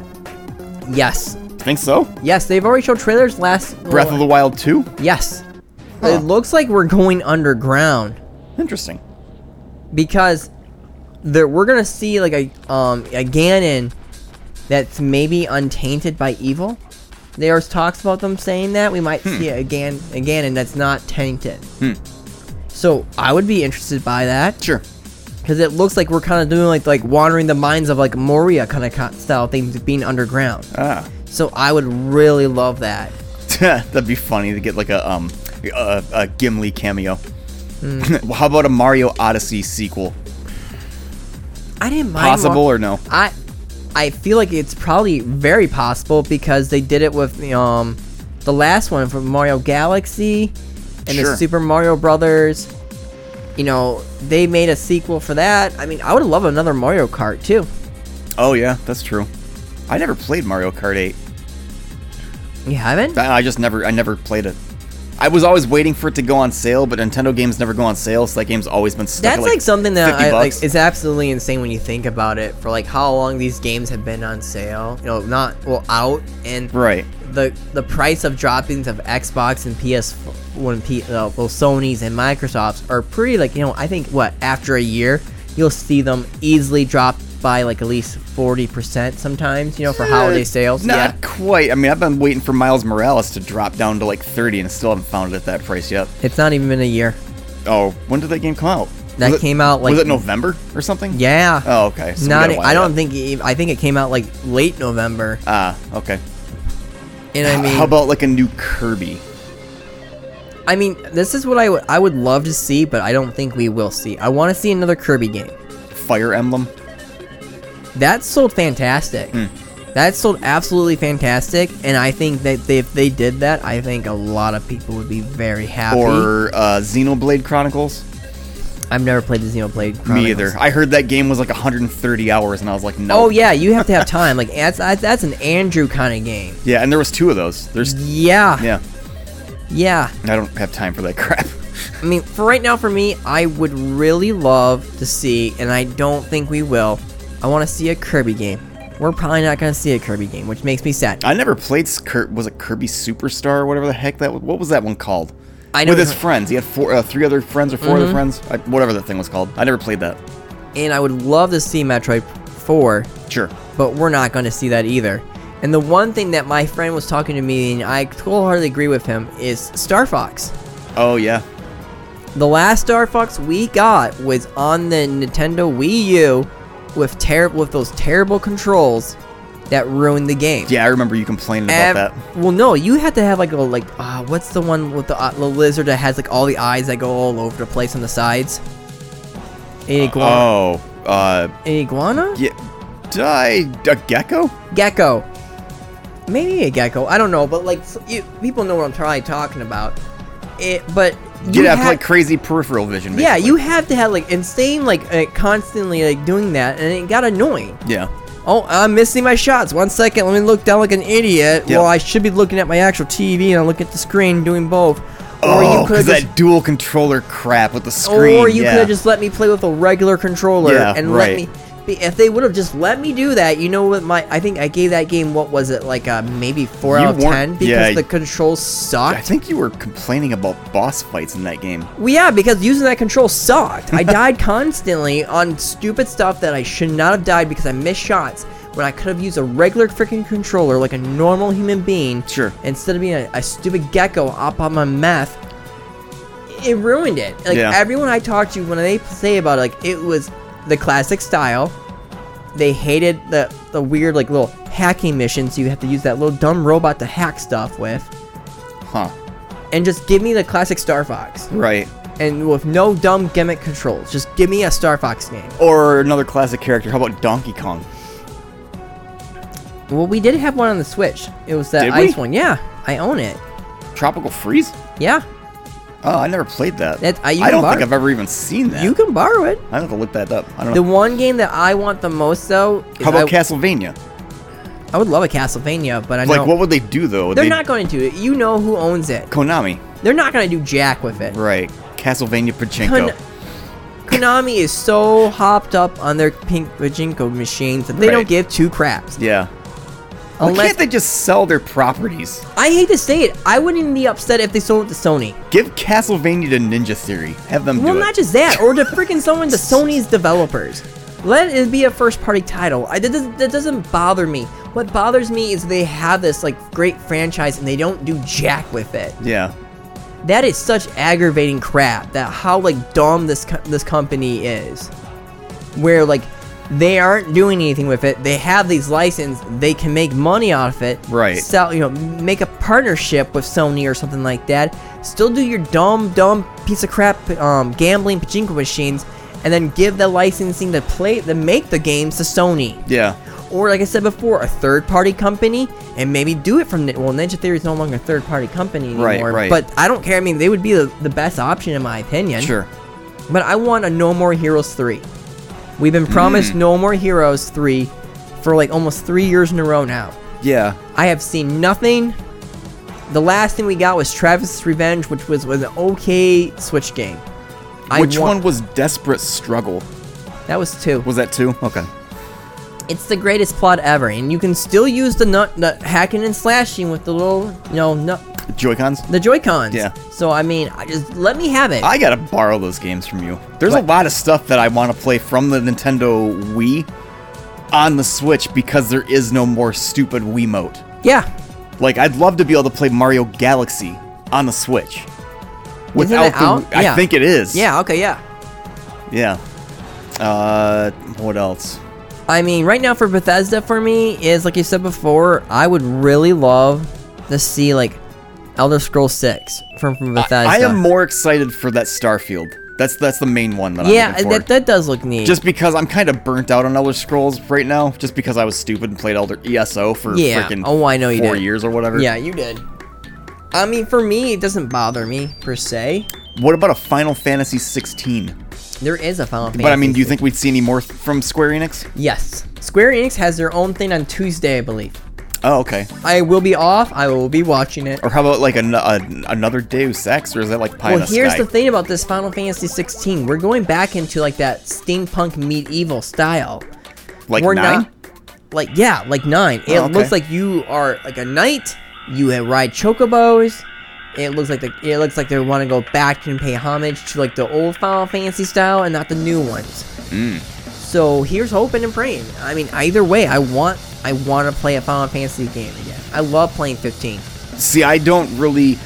Yes. Think so? Yes, they've already shown trailers last Breath of the Wild 2? Yes. Huh. It looks like we're going underground Interesting. because there we're gonna see like a um a Ganon that's maybe untainted by evil. There's talks about them saying that we might Hmm. see a, Gan- a Ganon that's not tainted. So I would be interested by that. Sure. because it looks like we're kind of doing like like wandering the mines of like Moria kind of style things being underground. Ah. So I would really love that. That'd be funny to get like a um a, a Gimli cameo. Well, how about a Mario Odyssey sequel? I didn't mind. Possible Wa- or no? I I feel like it's probably very possible because they did it with um the last one from Mario Galaxy and Sure. the Super Mario Brothers. You know they made a sequel for that. I mean I would love another Mario Kart too. Oh yeah, that's true. I never played Mario Kart 8. You haven't? I I just never I never played it. I was always waiting for it to go on sale, but Nintendo games never go on sale, so that game's always been stuck. at, That's like, something that 50 I, like bucks. is absolutely insane when you think about it for like how long these games have been on sale. You know, not well out and right. the the price of droppings of Xbox and PS when P uh, well Sony's and Microsoft's are pretty like you know I think what after a year you'll see them easily drop by like at least forty percent sometimes you know for holiday sales. Not Yeah, quite. I mean, I've been waiting for Miles Morales to drop down to like 30, and I still haven't found it at that price yet. it's not even been a year. Oh, when did that game come out? That Was it- came out, like- was it November or something? Yeah. Oh, okay. So we not got e, a while I don't yet. think it, I think it came out like late November. Ah, okay. And I mean how about like a new Kirby? I mean, this is what I would I would love to see, but I don't think we will see. I want to see another Kirby game. Fire Emblem? That sold fantastic. Hmm. That sold absolutely fantastic, and I think that they, if they did that, I think a lot of people would be very happy. Or uh, Xenoblade Chronicles? I've never played the Xenoblade. Chronicles. Me either. I heard that game was like 130 hours, and I was like, no. Oh yeah, you have to have time. Like that's that's that's an Andrew kind of game. Yeah, and there was two of those. There's Mm. Yeah, yeah. yeah. I don't have time for that crap. I mean, for right now, for me, I would really love to see, and I don't think we will. I want to see a Kirby game. We're probably not going to see a Kirby game, which makes me sad. I never played Kir- was it Kirby Superstar or whatever the heck that was? what was that one called? I know With Mm-hmm. which his one- friends, he had four, uh, three other friends or 4 other friends, I, whatever that thing was called. I never played that. And I would love to see Metroid 4, Sure. but we're not going to see that either. And the one thing that my friend was talking to me, and I wholeheartedly agree with him, is Star Fox. Oh yeah. The last Star Fox we got was on the Nintendo Wii U with ter- with those terrible controls that ruined the game. Yeah, I remember you complaining Ev- about that. Well, no, you had to have like a like uh, what's the one with the, uh, the lizard that has like all the eyes that go all over the place on the sides? An iguana? Oh, uh, an iguana? yeah, die a gecko? Gecko. Maybe a gecko. I don't know, but like s- you, people know what I'm trying talking about. It, but You you have had- like crazy peripheral vision. yeah, basically. you have to have like insane like uh, constantly like doing that, and it got annoying. Yeah. Oh, I'm missing my shots. One second, let me look down like an idiot. Yeah. Well, I should be looking at my actual TV and I look at the screen doing both. Or Oh, you could because have just, that dual controller crap with the screen. or you yeah. could have just let me play with a regular controller Yeah, and right. let me. be- If they would have just let me do that, you know what? My I think I gave that game what was it like? Uh, maybe four You out of weren't- ten because yeah, the y- controls I sucked. think you were complaining about boss fights in that game. Well, yeah, because using that control sucked. I died constantly on stupid stuff that I should not have died because I missed shots when I could have used a regular freaking controller like a normal human being. Sure. Instead of being a, a stupid gecko up on my meth, it ruined it. Like Yeah. everyone I talked to, when they say about it, like it was the classic style. They hated the the weird like little hacking missions. You have to use that little dumb robot to hack stuff with, Huh. and just give me the classic Star Fox Right. and with no dumb gimmick controls. Just give me a Star Fox game. Or another classic character. How about Donkey Kong? Well, we did have one on the Switch. It was that Did we? ice one. Yeah, I own it. Tropical Freeze? Yeah, Oh, I never played that. That- I- you I can don't borrow- think I've ever even seen that. you can borrow it. I have to look that up. I don't The know. one game that I want the most though, is How about I, Castlevania? I would love a Castlevania, but I Like, know what would they do though? they're They'd- not going to. You know who owns it. Konami. They're not going to do jack with it. Right. Castlevania Pachinko. Kon- Konami is so hopped up on their pink pachinko machines that they don't Right. give two craps. Yeah. Why Unless can't they just sell their properties? I hate to say it, I wouldn't be upset if they sold it to Sony. Give Castlevania to Ninja Theory. Have them Well, do not it. just that, or to freaking someone to Sony's developers. Let it be a first-party title. I, that, doesn't, that doesn't bother me. What bothers me is they have this like great franchise and they don't do jack with it. yeah. That is such aggravating crap. That how like dumb this co- this company is, where like they aren't doing anything with it. They have these license. They can make money off it. Right. Sell you know make a partnership with Sony or something like that. Still do your dumb dumb piece of crap um, gambling pachinko machines, and then give the licensing to play to make the games to Sony. Yeah. Or like I said before, a third-party company, and maybe do it from. Well, Ninja Theory is no longer a third-party company anymore. Right, right. But I don't care. I mean, they would be the, the best option in my opinion. Sure. But I want a No More Heroes 3. We've been Mm. promised No More Heroes 3 for like almost three years in a row now. Yeah. I have seen nothing. The last thing we got was Travis' Revenge, which was, was an okay Switch game. I Which want- one was Desperate Struggle? That was two. Was that two? Okay. It's the greatest plot ever, and you can still use the nut, the hacking and slashing with the little, you know, nut, Joy Cons? the Joy Cons. Yeah. So I mean, I just let me have it. I gotta borrow those games from you. There's What? a lot of stuff that I want to play from the Nintendo Wii on the Switch because there is no more stupid Wiimote. yeah. Like I'd love to be able to play Mario Galaxy on the Switch. that out? the, Yeah. I think it is. Yeah. Okay. Yeah. Yeah. Uh, what else? I mean, right now for Bethesda for me is like you said before, I would really love to see like Elder Scrolls Six from from Bethesda. I am more excited for that Starfield. That's that's the main one that I'm yeah, looking for. that, that does look neat. just because I'm kind of burnt out on Elder Scrolls right now, just because I was stupid and played Elder ESO for Yeah. freaking Oh, I know you four did. years or whatever. yeah, you did. I mean, for me, it doesn't bother me per se. What about a Final Fantasy 16? There is a Final Fantasy. But I mean, do you think we'd see any more th- from Square Enix? Yes. Square Enix has their own thing on Tuesday, I believe. Oh, okay. I will be off. I will be watching it. Or how about like an- a, another Deus Ex, or is that like pie Well, in the here's sky? the thing about this Final Fantasy 16. We're going back into like that steampunk medieval style. like We're nine? not like yeah, like 9. It Oh, okay. looks like you are like a knight. You uh, ride chocobos. It looks like the, it looks like they want to go back and pay homage to like the old Final Fantasy style and not the new ones. Hmm. So here's hoping and praying. I mean, either way, I want I want to play a Final Fantasy game again. I love playing 15. See, I don't really.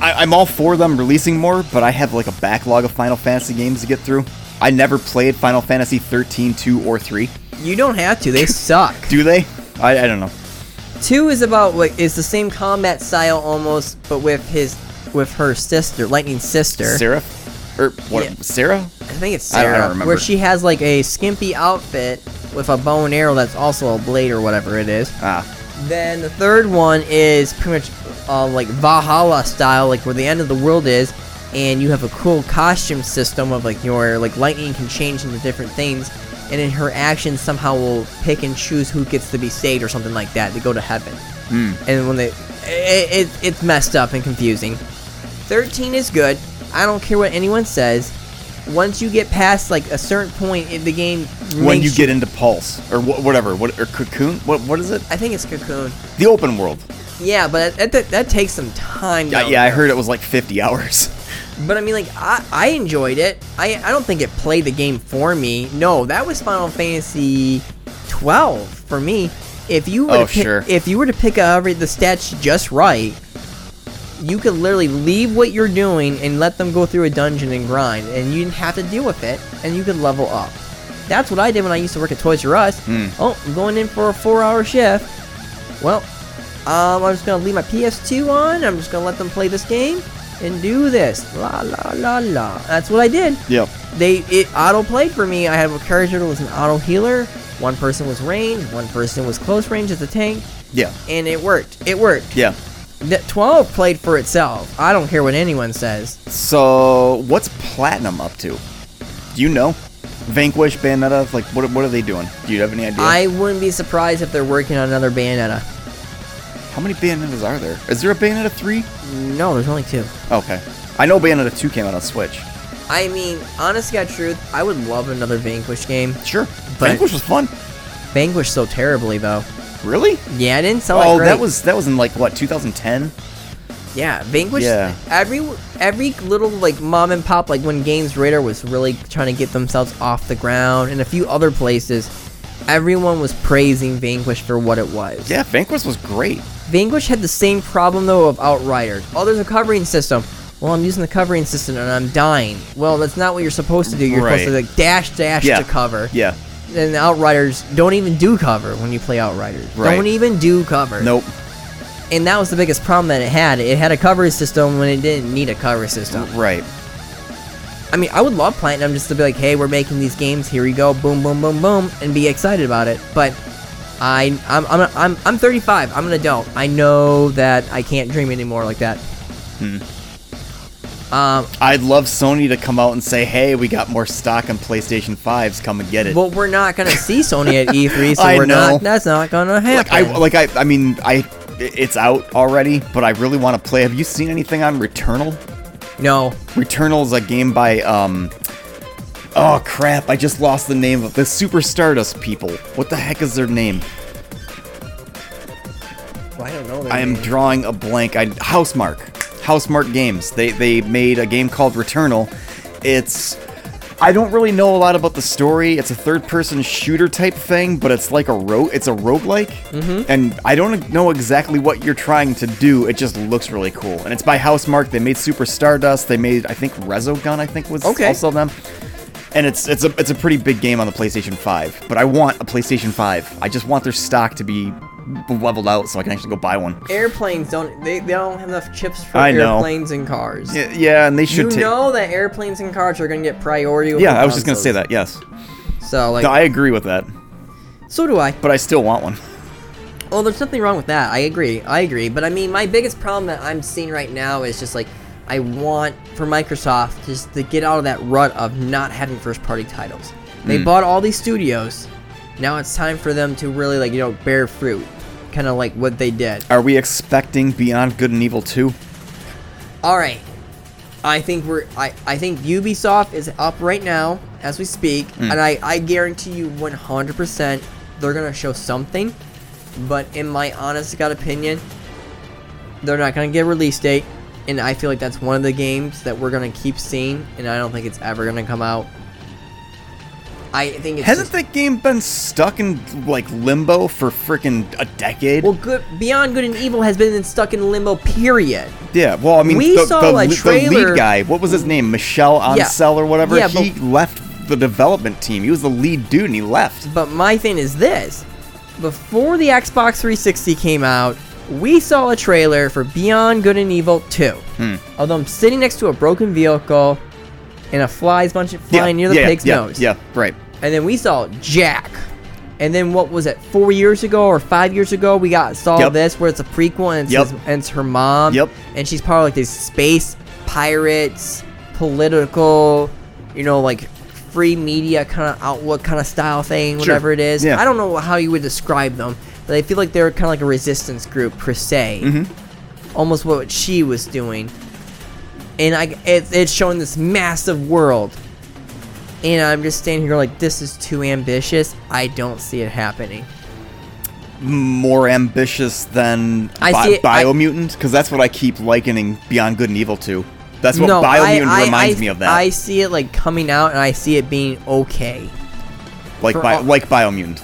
I, I'm all for them releasing more, but I have like a backlog of Final Fantasy games to get through. I never played Final Fantasy 13, 2, or 3. You don't have to. They suck. Do they? I, I don't know. Two is about like is the same combat style almost, but with his with her sister, Lightning's sister. Sarah? Or what? Yeah. Sarah? I think it's I don't- I Sarah, don't remember. where she has like a skimpy outfit with a bow and arrow that's also a blade or whatever it is. Ah. Then the third one is pretty much uh, like Valhalla style, like where the end of the world is, and you have a cool costume system of like your like lightning can change into different things, and then her actions somehow will pick and choose who gets to be saved or something like that to go to heaven. Hmm. And when they, it, it it's messed up and confusing. Thirteen is good. I don't care what anyone says. Once you get past like a certain point in the game, When makes you get into Pulse, or wha- whatever, what, or Cocoon? What, what is it? I think it's Cocoon. The open world. Yeah, but that, that, that takes some time. Yeah, down yeah, I there. heard it was like 50 hours. But I mean, like, I, I enjoyed it. I, I don't think it played the game for me. No, that was Final Fantasy 12 for me. If you were Oh, to pick, sure. if you were to pick up the stats just right, you could literally leave what you're doing and let them go through a dungeon and grind, and you didn't have to deal with it, and you could level up. That's what I did when I used to work at Toys R Us. Hmm. Oh, I'm going in for a four-hour shift. Well, um, I'm just gonna leave my PS2 on. I'm just gonna let them play this game and do this. La la la la. That's what I did. Yep. They it auto played for me. I had a character that was an auto healer. One person was range. One person was close range as a tank, Yeah. and it worked. It worked. Yeah. That 12 played for itself. I don't care what anyone says. So, what's Platinum up to? Do you know? Vanquish, Bayonetta, like what, what are they doing? Do you have any idea? I wouldn't be surprised if they're working on another Bayonetta. How many Bayonettas are there? Is there a Bayonetta 3? No, there's only two. Okay. I know Bayonetta 2 came out on Switch. I mean, honest to God truth, I would love another Vanquish game. Sure. But- Vanquish was fun. Vanquish so terribly though. Really? Yeah, it didn't sell Oh, that great. that was that was in like what 2010. yeah, Vanquish. Yeah. Every every little like mom and pop like when Games Radar was really trying to get themselves off the ground and a few other places, everyone was praising Vanquish for what it was. Yeah, Vanquish was great. Vanquish had the same problem though of Outriders. Oh, there's a covering system. Well, I'm using the covering system and I'm dying. Well, that's not what you're supposed to do. You're supposed to Right. like dash dash Yeah. to cover. Yeah. And Outriders don't even do cover when you play Outriders. Right. Don't even do cover. Nope. And that was the biggest problem that it had. It had a cover system when it didn't need a cover system. Right. I mean, I would love Platinum just to be like, hey, we're making these games. Here we go. Boom, boom, boom, boom, and be excited about it. But I, I'm, I'm, I'm, I'm 35. I'm an adult. I know that I can't dream anymore like that. Hmm. Um, I'd love Sony to come out and say, "Hey, we got more stock on PlayStation 5s. Come and get it." well, we're not gonna see Sony at E3, so I we're know. not. That's not gonna like I happen. like I I mean, I it's out already, but I really want to play. Have you seen anything on Returnal? no, Returnal is a game by um Oh crap, I just lost the name of the Super Stardust people. What the heck is their name? well, I don't know. I am drawing a blank. I Housemark. Housemark Games. They they made a game called Returnal. It's I don't really know a lot about the story. It's a third-person shooter type thing, but it's like a ro it's a roguelike. Mm-hmm. And I don't know exactly what you're trying to do. It just looks really cool. And it's by Housemark. They made Super Stardust. They made I think Rezogun, I think was Okay. also them. And it's it's a it's a pretty big game on the PlayStation 5. But I want a PlayStation 5. I just want their stock to be leveled out so I can actually go buy one. Airplanes don't. They, they don't have enough chips for I know. airplanes and cars. Y- Yeah, and they should You take. know that airplanes and cars are gonna get priority. over yeah, I was just gonna say consoles. that. Yes, So like, No, I agree with that, so do I. but I still want one. Well, there's nothing wrong with that. I agree. I agree. But I mean, my biggest problem that I'm seeing right now is just like, I want for Microsoft just to get out of that rut of not having first party titles. They Mm. bought all these studios. Now it's time for them to really like you know bear fruit, kind of like what they did. Are we expecting Beyond Good and Evil two? All right. I think we're I, I think Ubisoft is up right now as we speak and I, I guarantee you 100% they're going to show something but in my honest to god opinion they're not going to get a release date and I feel like that's one of the games that we're going to keep seeing and I don't think it's ever going to come out. I think it's Hasn't just- that game been stuck in like limbo for freaking a decade? well good beyond good and evil has been stuck in limbo period. yeah. Well, I mean, we the, saw the, a le- the trailer- Mm. lead guy. What was his name? Michelle Yeah. Ansel or whatever. Yeah, he but- left the development team. He was the lead dude, and he left. But my thing is this: before the Xbox 360 came out, we saw a trailer for Beyond Good and Evil 2 Hmm. of them sitting next to a broken vehicle and a flies bunch of flying near the yeah, pig's yeah, nose. Yeah, right. And then we saw Jack. And then what was it? Four years ago or five years ago, we got saw Yep. this where it's a prequel and it's, Yep. his- and it's her mom. Yep. And she's part of like these space pirates, political, you know, like free media kind of outlook kind of style thing, whatever it is. Yeah. I don't know how you would describe them, but I feel like they're kind of like a resistance group per se. Mm-hmm. Almost what she was doing. And I, it, it's showing this massive world and I'm just standing here like this is too ambitious. I don't see it happening. more ambitious than I Bi- see it- I- Biomutant? Because that's what I keep likening Beyond Good and Evil to. That's what no, I, Biomutant I, reminds I, me of that. I see it like coming out, and I see it being okay. like, for bi- all- like Biomutant.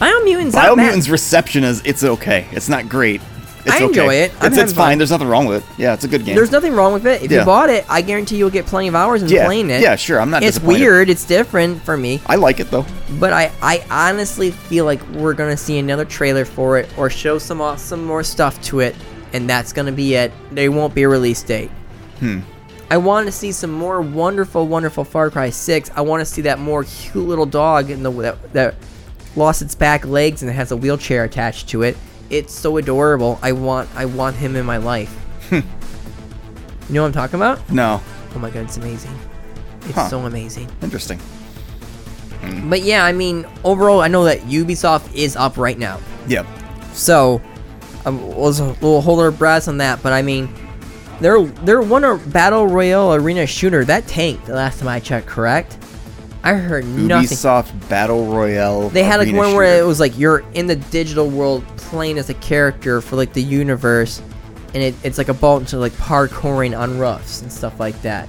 Biomutant's not bad. Biomutant's reception is it's okay. It's not great. It's I okay. enjoy it. It's, I'm it's having fun. fine. There's nothing wrong with it. Yeah, it's a good game. There's nothing wrong with it. If you Yeah. bought it, I guarantee you'll get plenty of hours in Yeah, playing it. yeah, sure, I'm not It's disappointed. weird. It's different for me, I like it though. but I, I honestly feel like we're gonna see another trailer for it or show some aw- some more stuff to it, and that's gonna be it. There won't be a release date. I want to see some more wonderful, wonderful Far Cry 6. I want to see that more cute little dog in the that, that lost its back legs and has a wheelchair attached to it. It's so adorable. I want I want him in my life. you know what I'm talking about? No, Oh my god, it's amazing. It's Huh. so amazing. interesting. But yeah, I mean, overall, I know that Ubisoft is up right now. Yeah, So, um, we'll, we'll hold our breaths on that. But I mean, They're they're one a battle royale arena shooter that tanked the last time I checked. Correct? I heard nothing. Ubisoft Battle Royale. They had like arena one where shooter. it was like you're in the digital world playing as a character for like the universe, and it, it's like a bunch of like parkouring on roofs and stuff like that.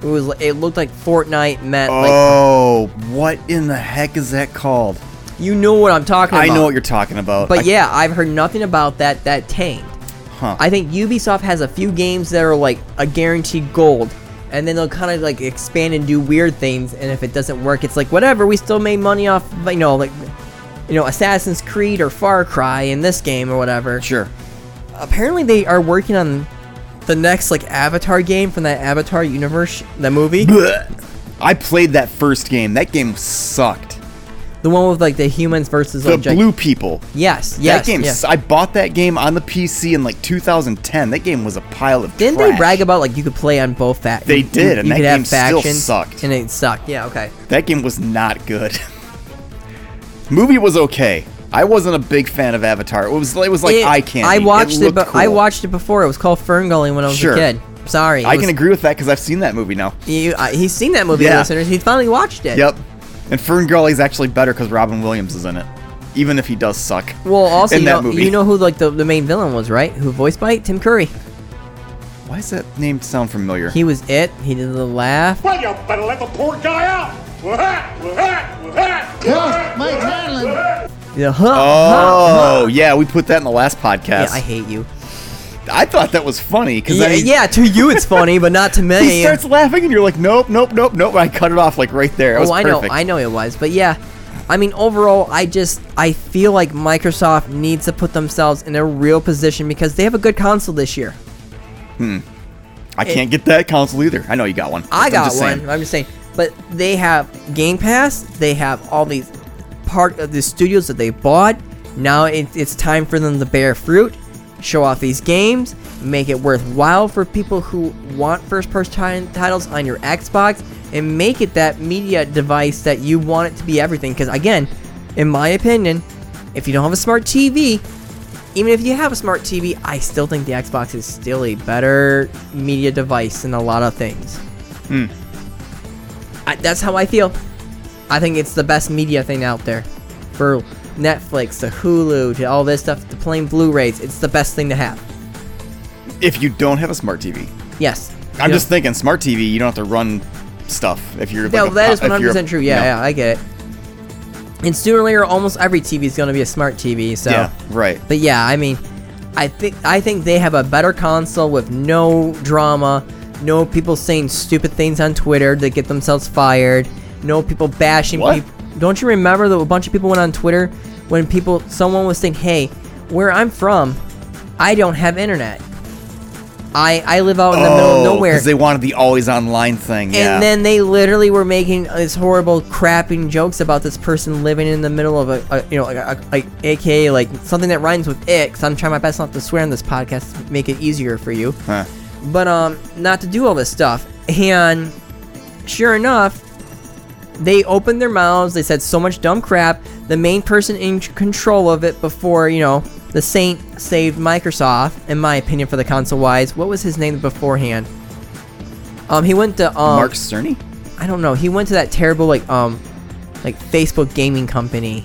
It was like- it looked like Fortnite met like Oh, what in the heck is that called? you know what I'm talking Oh. I about. know what you're talking about. But I- yeah, I've heard nothing about that. That tanked. huh. I think Ubisoft has a few games that are like a guaranteed gold, and then they'll kind of like expand and do weird things. And if it doesn't work, it's like whatever. We still made money off, you know, like you know, Assassin's Creed or Far Cry in this game or whatever. sure. Apparently, they are working on the next like Avatar game from that Avatar universe, the movie, Blech. I played that first game. That game sucked. the one with like the humans versus The like gi- blue people. Yes, yes, that game. yes. s- I bought that game on the PC in like 2010. That game was a pile of Didn't they trash. brag about like you could play on both factions? They did, and that could game still sucked. and it sucked. Yeah, okay. That game was not good. Movie was okay. I wasn't a big fan of Avatar. It was it was like It- eye candy. I watched it, looked but I cool. watched it before. It was called Ferngully when I was Sure. a kid. Sorry, it I was- can agree with that because I've seen that movie now. You, I, he's seen that movie, Yeah. listeners. He finally watched it. Yep. And Ferngully is actually better because Robin Williams is in it, even if he does suck. Well, also in you know, that movie. you know who like the, the main villain was, right? Who voiced by Tim Curry? Why does that name sound familiar? He was it. He did the laugh. Well, you better let the poor guy out. Yeah, Mike Hanlon. The huh, huh, huh. oh yeah, we put that in the last Yeah, podcast. I hate you. I thought that was funny because Yeah, yeah, to you it's funny, but not to me. He starts laughing and you're like, nope, nope, nope, nope. And I cut it off like right there. It was oh, I perfect. know, I know it was, but yeah, I mean overall, I just I feel like Microsoft needs to put themselves in a real position because they have a good console this year. I can't get that console either. I know you got one. I I'm got just saying. one. I'm just saying, but they have Game Pass. They have all these part of the studios that they bought. Now it, it's time for them to bear fruit, show off these games, make it worthwhile for people who want first-person ti- titles on your Xbox, and make it that media device that you want it to be everything. Because again, in my opinion, if you don't have a smart TV, even if you have a smart TV, I still think the Xbox is still a better media device in a lot of things. I, that's how I feel. I think it's the best media thing out there for Netflix, to Hulu, to all this stuff, to playing Blu-rays. It's the best thing to have. If you don't have a smart TV, Yes. I'm Yeah. just thinking smart TV. You don't have to run stuff if you're. No, like a that po- is if you're a- 100 percent true. Yeah, you know. yeah, I get it. And sooner or later, almost every TV is going to be a smart TV. So, Yeah, right. but yeah, I mean, I think I think they have a better console with no drama, no people saying stupid things on Twitter that get themselves fired, no people bashing What? people. Don't you remember that a bunch of people went on Twitter when people someone was saying, "Hey, where I'm from, I don't have internet. I I live out in the middle of nowhere." Because Oh, they wanted the always online thing. yeah. And then they literally were making this horrible crapping jokes about this person living in the middle of a, a you know, like, a, like aka like something that rhymes with it. Cause I'm trying my best not to swear on this podcast to make it easier for you, Huh. but um, not to do all this stuff. And sure enough, they opened their mouths. They said so much dumb crap. The main person in control of it before you know the Saint saved Microsoft, in my opinion, for the console wise. What was his name beforehand? Um, he went to um, Mark Cerny. I don't know. He went to that terrible like um like Facebook gaming company.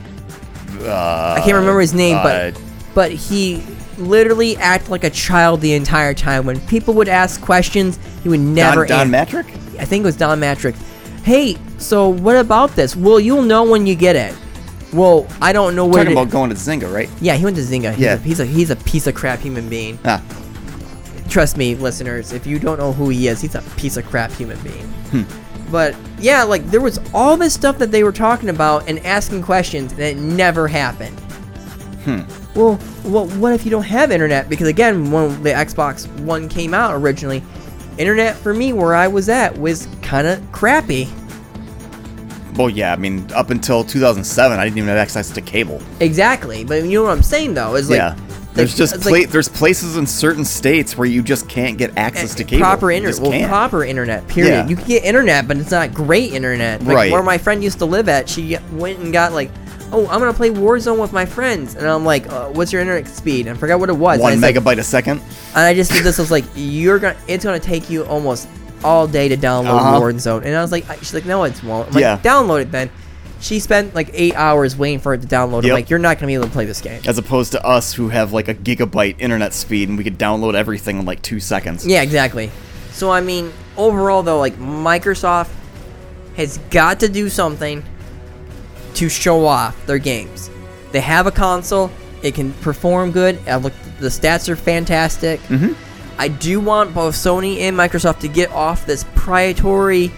I can't remember his name, but uh, but he literally acted like a child the entire time. When people would ask questions, he would never Don, Don an- Matrick. I think it was Don Matrick. Hey, so what about this? Well, you'll know when you get it. Well, I don't know where. Talking to- about going to Zynga, right? yeah, he went to Zynga. He's Yeah. a, he's a he's a piece of crap human being. Ah, trust me, listeners, if you don't know who he is, he's a piece of crap human being. Hmm. But yeah, like there was all this stuff that they were talking about and asking questions, and it never happened. Hmm. Well, well, what if you don't have internet? Because again, when the Xbox One came out originally, internet for me where I was at was kind of crappy. well, yeah. I mean, up until 2007, I didn't even have access to cable. Exactly, but you know what I'm saying though is like, yeah. like, There's just it's pla- there's places in certain states where you just can't get access to cable. Eh, Proper You internet. just Well, can't. proper internet. Period. Yeah. You can get internet, but it's not great internet. Like, Right. Where my friend used to live at, she went and got like oh, I'm gonna play Warzone with my friends, and I'm like, uh, what's your internet speed? And I forgot what it was. One and it's like- megabyte a second. and I just did this. I was like, you're gonna, it's gonna take you almost all day to download Uh-huh. Warzone. And I was like, I- she's like, no, it won't. I'm like, Yeah. download it then. She spent like eight hours waiting for it to download. I'm Yep. like, you're not gonna be able to play this game. As opposed to us who have like a gigabyte internet speed and we could download everything in like two seconds. Yeah, exactly. So I mean, overall though, like Microsoft has got to do something to show off their games. They have a console; it can perform good. I look, the stats are fantastic. Mm-hmm. I do want both Sony and Microsoft to get off this proprietary,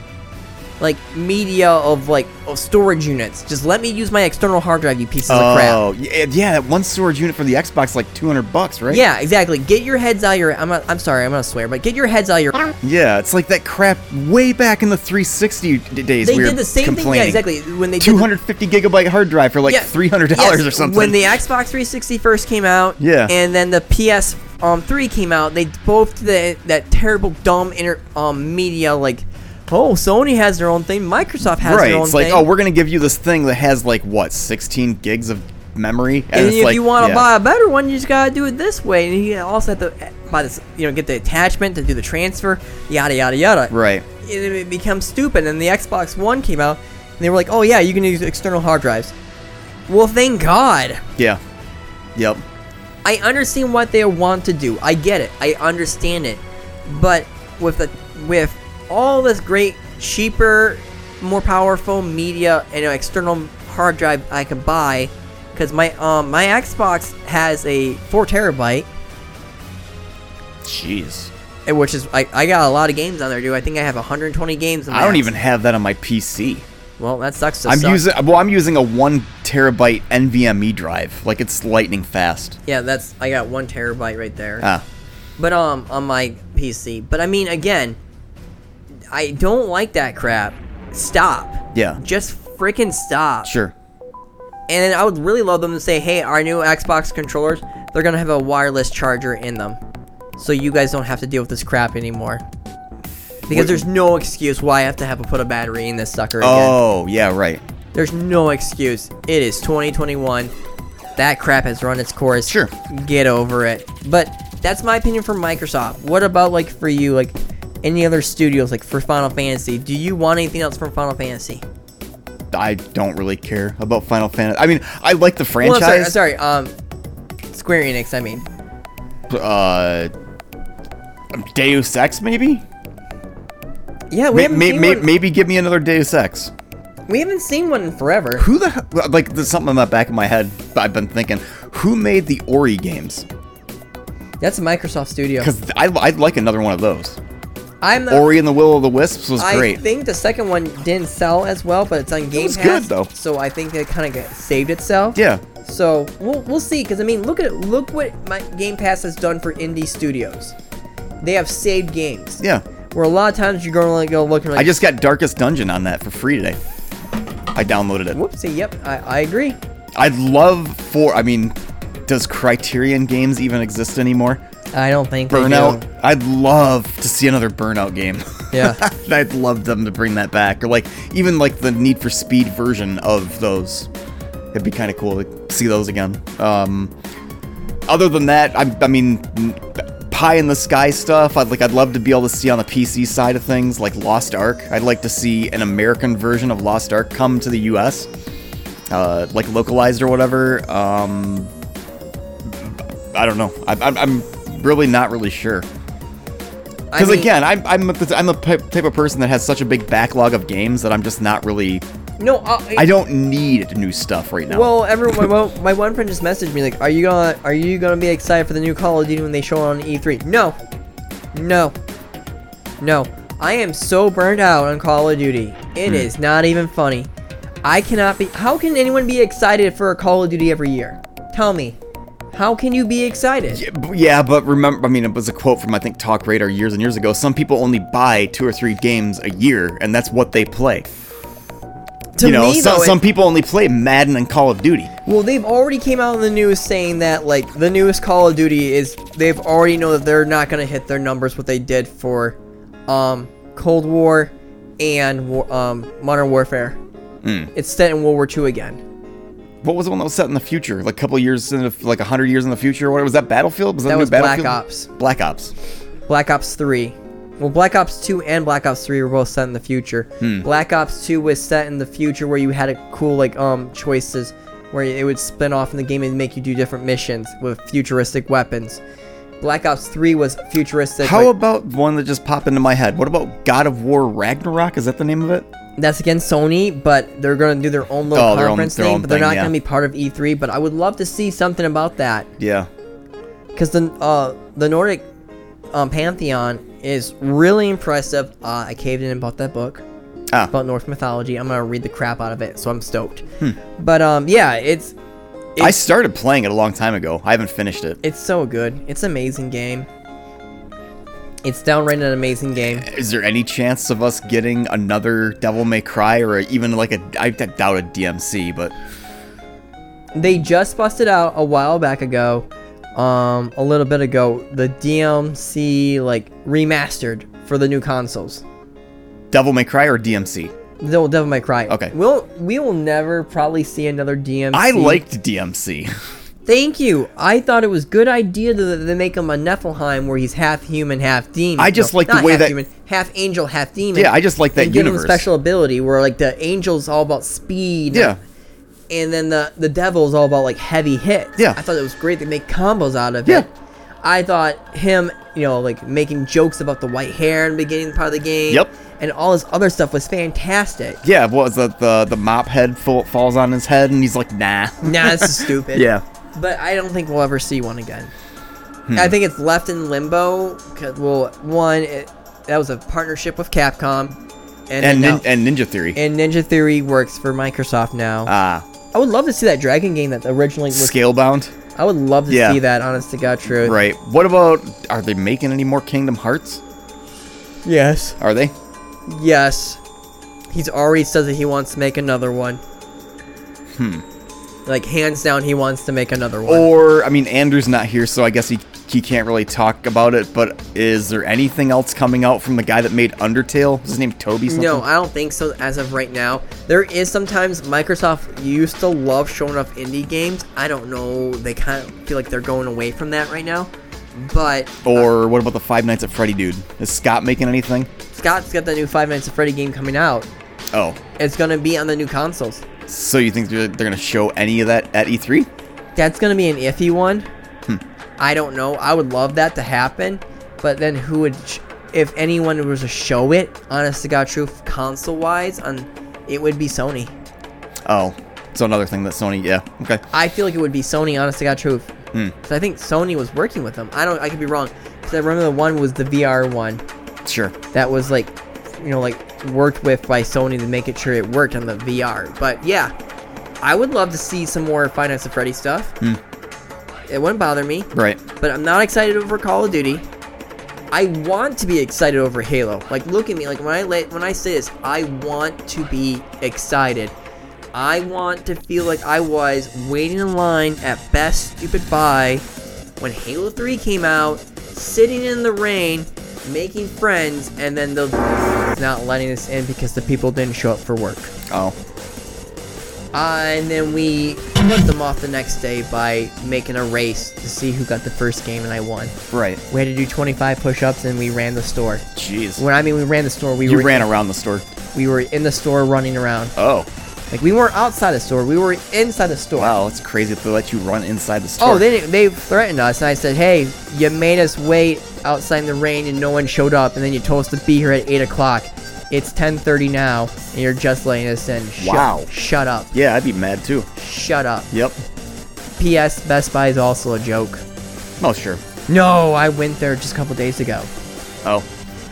like media of like of storage units. Just let me use my external hard drive, you pieces of crap. Oh, yeah, yeah, that one storage unit for the Xbox like 200 bucks, right? Yeah, exactly. Get your heads out of your. I'm, not, I'm sorry, I'm gonna swear, but get your heads out of your. Yeah, it's like that crap way back in the 360 d- days. They we were did the same thing. Yeah, complaining. exactly. When they did the- 250 gigabyte hard drive for like Yeah, $300 yes, or something. When the Xbox 360 first came out, Yeah. and then the PS um three came out, they both did that, that terrible dumb inter um media like, oh Sony has their own thing, Microsoft has right, their own it's like, thing. oh, we're gonna give you this thing that has like what 16 gigs of memory, and, and it's if like, you want to yeah. buy a better one, you just gotta do it this way. And you also have to eh, buy this, you know, get the attachment to do the transfer, yada yada yada. right? And it becomes stupid. And the Xbox One came out, and they were like, oh yeah, you can use external hard drives. Well, thank God. Yeah. Yep. I understand what they want to do. I get it. I understand it. But with the with all this great cheaper, more powerful media and an external hard drive I could buy cuz my um my Xbox has a 4 terabyte Jeez. eh, which is I, I got a lot of games on there, dude. I think I have 120 games on I don't my even X- have that on my PC. Well, that sucks to I'm suck. using well, I'm using a one terabyte NVMe E drive. Like it's lightning fast. Yeah, that's I got 1 terabyte right there. Ah, But um, on my PC. But I mean, again, I don't like that crap. Stop. Yeah. Just freaking stop. sure. And I would really love them to say, hey, our new Xbox controllers, they're gonna have a wireless charger in them, so you guys don't have to deal with this crap anymore. Because Wait- there's no excuse why I have to have to put a battery in this sucker again. Oh yeah, right. There's no excuse. It is 2021. That crap has run its course. Sure. Get over it. But that's my opinion for Microsoft. What about like for you, like any other studios, like for Final Fantasy? Do you want anything else from Final Fantasy? I don't really care about Final Fantasy. I mean, I like the Well, I'm franchise. sorry, I'm sorry. Um, Square Enix. I mean, Uh, Deus Ex maybe. yeah, we May, haven't may, seen may, one. maybe give me another Deus Ex. we haven't seen one in forever. Who the hell- like? There's something in the back of my head. that I've been thinking. Who made the Ori games? That's a Microsoft studio. Because I I'd like another one of those. I'm not. Ori and the Will of the Wisps was Uh, I great. think the second one didn't sell as well, but it's on Game was Pass. good, though. So I think it kind of saved itself. yeah. So we'll, we'll see, because I mean, look at look what my Game Pass has done for indie studios. They have saved games. Yeah. Where a lot of times you're going to like, go look and like, I just got Darkest Dungeon on that for free today. I downloaded it. whoopsie, yep, I, I agree. I'd love for. I mean, does Criterion games even exist anymore? I don't think they do. Burnout. I'd love to see another Burnout game. Yeah. I'd love them to bring that back, or like even like the Need for Speed version of those. It'd be kind of cool to see those again. Um, other than that, I, I mean, n- pie in the sky stuff. I'd like. I'd love to be able to see on the PC side of things, like Lost Ark. I'd like to see an American version of Lost Ark come to the U.S. Uh, like localized or whatever. Um, I don't know. I, I'm, I'm really not really sure. I Because mean, again, I'm I'm a, I'm a p- type of person that has such a big backlog of games that I'm just not really. no, uh, I, I don't need new stuff right now. Well, everyone, my, one- my one friend just messaged me like, "Are you gonna Are you gonna be excited for the new Call of Duty when they show it on E3?" No, no, no. I am so burned out on Call of Duty. Hmm. It is not even funny. I cannot be. How can anyone be excited for a Call of Duty every year? Tell me, how can you be excited? Yeah, b- yeah, but remember, I mean, it was a quote from I think Talk Radar years and years ago. Some people only buy two or three games a year, and that's what they play. to you know, me, some, though, it- some people only play Madden and Call of Duty. Well, they've already came out in the news saying that like the newest Call of Duty is they've already know that they're not gonna hit their numbers what they did for, um, Cold War, and war, um Modern Warfare. It's set in World War II again. What was the one that was set in the future? Like a couple years in, the, like hundred years in the future. What was that? Battlefield? Was That the new was Black Battlefield? Ops. Black Ops. Black Ops 3. Well, Black Ops 2 and Black Ops 3 were both set in the future. Black Ops 2 was set in the future where you had a cool like um choices where it would spin off in the game and make you do different missions with futuristic weapons. Black Ops 3 was futuristic. How like- about one that just popped into my head? What about God of War Ragnarok? Is that the name of it? that's against Sony, but they're gonna do their own little Oh, their own- conference their thing, own but they're thing, not yeah. gonna be part of E3. But I would love to see something about that. Yeah. because the uh, the Nordic um, pantheon is really impressive. Uh, I caved in and bought that book Ah. about Norse mythology. I'm gonna read the crap out of it, so I'm stoked. Hmm. But um, yeah, it's I started playing it a long time ago. I haven't finished it. it's so good. It's an amazing game. It's downright an amazing game. Is there any chance of us getting another Devil May Cry or even like a I d- doubt a DMC, but They just busted out a while back ago, um, a little bit ago, the DMC like remastered for the new consoles. Devil May Cry or DMC? No, Devil May Cry. Okay. We'll we will never probably see another DMC. I liked DMC. Thank you. I thought it was good idea to, to make him a Nephilim where he's half human, half demon. I just like the not way half that- human, half angel, half demon. Yeah, I just like that and give universe. him special ability where like the angel's all about speed. yeah. And then the the devil's all about like heavy hits. Yeah. I thought it was great they make combos out of Yeah. it. I thought him, you know, like making jokes about the white hair in the beginning part of the game. Yep. And all his other stuff was fantastic. Yeah, what was that? The the mop head fall, falls on his head and he's like, nah. Nah, this is stupid. Yeah. Hmm. But I don't think we'll ever see one again. I think it's left in limbo. 'cause, well, one, it, that was a partnership with Capcom, And and and, nin- and Ninja Theory. and Ninja Theory works for Microsoft now. Ah, I would love to see that Dragon game that originally was. Scalebound. I would love to Yeah. see that. Honest to God, truth. Right. What about? Are they making any more Kingdom Hearts? Yes. Are they? Yes. He's already said that he wants to make another one. Hmm. Like hands down, he wants to make another one. Or I mean, Andrew's not here, so I guess he he can't really talk about it. But is there anything else coming out from the guy that made Undertale? Is his name Toby? Something? No, I don't think so as of right now. There is sometimes Microsoft used to love showing off indie games. I don't know. They kind of feel like they're going away from that right now. But Or what about the Five Nights at Freddy dude? Is Scott making anything? Scott's got the new Five Nights at Freddy game coming out. Oh, It's going to be on the new consoles. so you think they're, they're gonna show any of that at E E3? That's going to be an iffy one. I don't know. I would love that to happen. But then who would, sh- if anyone was to show it, honest to God truth, console wise, on it would be Sony. Oh, so another thing that Sony. Yeah. Okay. I feel like it would be Sony, honest to God truth. So I think Sony was working with them. I don't. I could be wrong. Because I remember the one was the VR one Sure. that was like, you know, like worked with by Sony to make it sure it worked on the VR. But yeah, I would love to see some more Finance of Freddy stuff. It wouldn't bother me. Right. But I'm not excited over Call of Duty. I want to be excited over Halo. Like, look at me. Like when I let, when I say this, I want to be excited. I want to feel like I was waiting in line at Best Stupid Buy when Halo 3 came out, sitting in the rain, making friends, and then the not letting us in because the people didn't show up for work. Oh. Uh, and then we put them off the next day by making a race to see who got the first game, and I won. Right. We had to do 25 push-ups, and we ran the store. Jeez. When I mean we ran the store, we you were ran around the store. we were in the store running around. Oh. Like we weren't outside the store, we were inside the store. Wow, it's crazy that they let you run inside the store. Oh, they didn't- they threatened us, and I said, "Hey, you made us wait outside in the rain, and no one showed up, and then you told us to be here at 8 o'clock. It's 10:30 now, and you're just letting us in. Shut- Wow. Shut up. Yeah, I'd be mad too. Shut up. Yep. P.S. Best Buy is also a joke." Oh, sure. No, I went there just a couple days ago. Oh.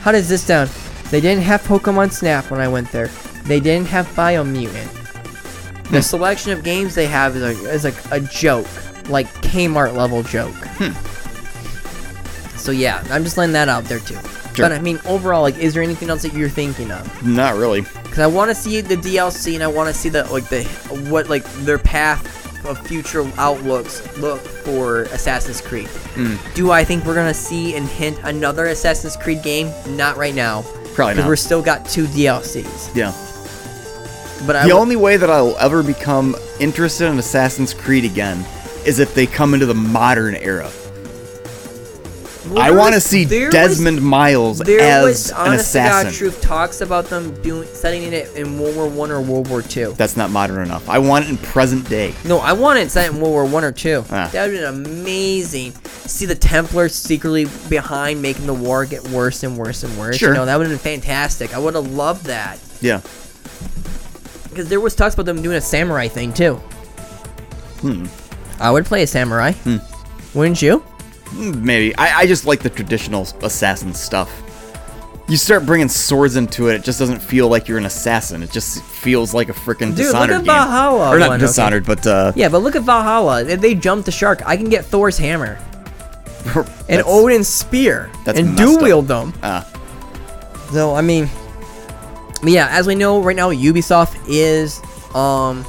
How does this sound? They didn't have Pokemon Snap when I went there. They didn't have Biomutant. The selection of games they have is a, is a, a joke, like Kmart level joke. So yeah, I'm just laying that out there too. Sure. But I mean, overall, like, is there anything else that you're thinking of? Not really. Because I want to see the DLC and I want to see the like the what like their path of future outlooks look for Assassin's Creed. Hmm. Do I think we're gonna see and hint another Assassin's Creed game? Not right now. Probably 'Cause not. We're still got two DLCs. Yeah. But I The w- only way that I'll ever become interested in Assassin's Creed again is if they come into the modern era. Well, I there want to was- see there was- Desmond Miles There as was an honest to assassin. God truth talks about them doing setting it in World War One or World War Two. That's not modern enough. I want it in present day. No, I want it set in World War One or Two. Ah. That would have been amazing. See the Templars secretly behind making the war get worse and worse and worse. Sure. You know, that would have been fantastic. I would have loved that. Yeah. Because there was talks about them doing a samurai thing too. Hmm. Hmm. I would play a samurai. Hmm. Wouldn't you? Mm, Maybe. I, I just like the traditional assassin stuff. You start bringing swords into it, it just doesn't feel like you're an assassin. It just feels like a freaking Dude, look Dishonored at game. Valhalla Or not one, okay. Dishonored, but uh, Yeah, but look at Valhalla. If they jump the shark, I can get Thor's hammer and that's- Odin's spear that's and messed up. dual wield them. Ah. So I mean, but yeah, as we know right now, Ubisoft is um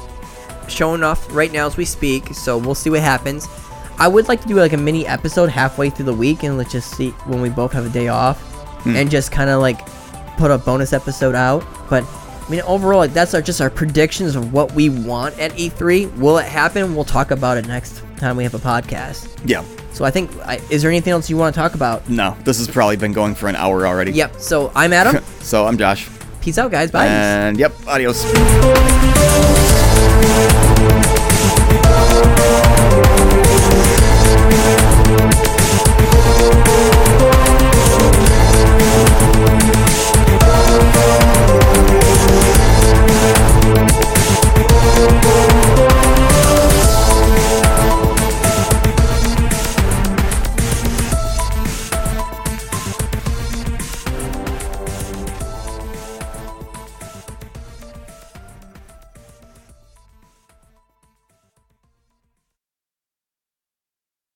showing off right now as we speak. So we'll see what happens. I would like to do like a mini episode halfway through the week, and let's just see when we both have a day off, and just kind of like put a bonus episode out. But I mean, overall, like that's our just our predictions of what we want at E3. Will it happen? We'll talk about it next time we have a podcast. Yeah. So I think, I, is there anything else you want to talk about? No, this has probably been going for an hour already. Yep. So I'm Adam. So I'm Josh. Peace out, guys. Bye. And yep, adios.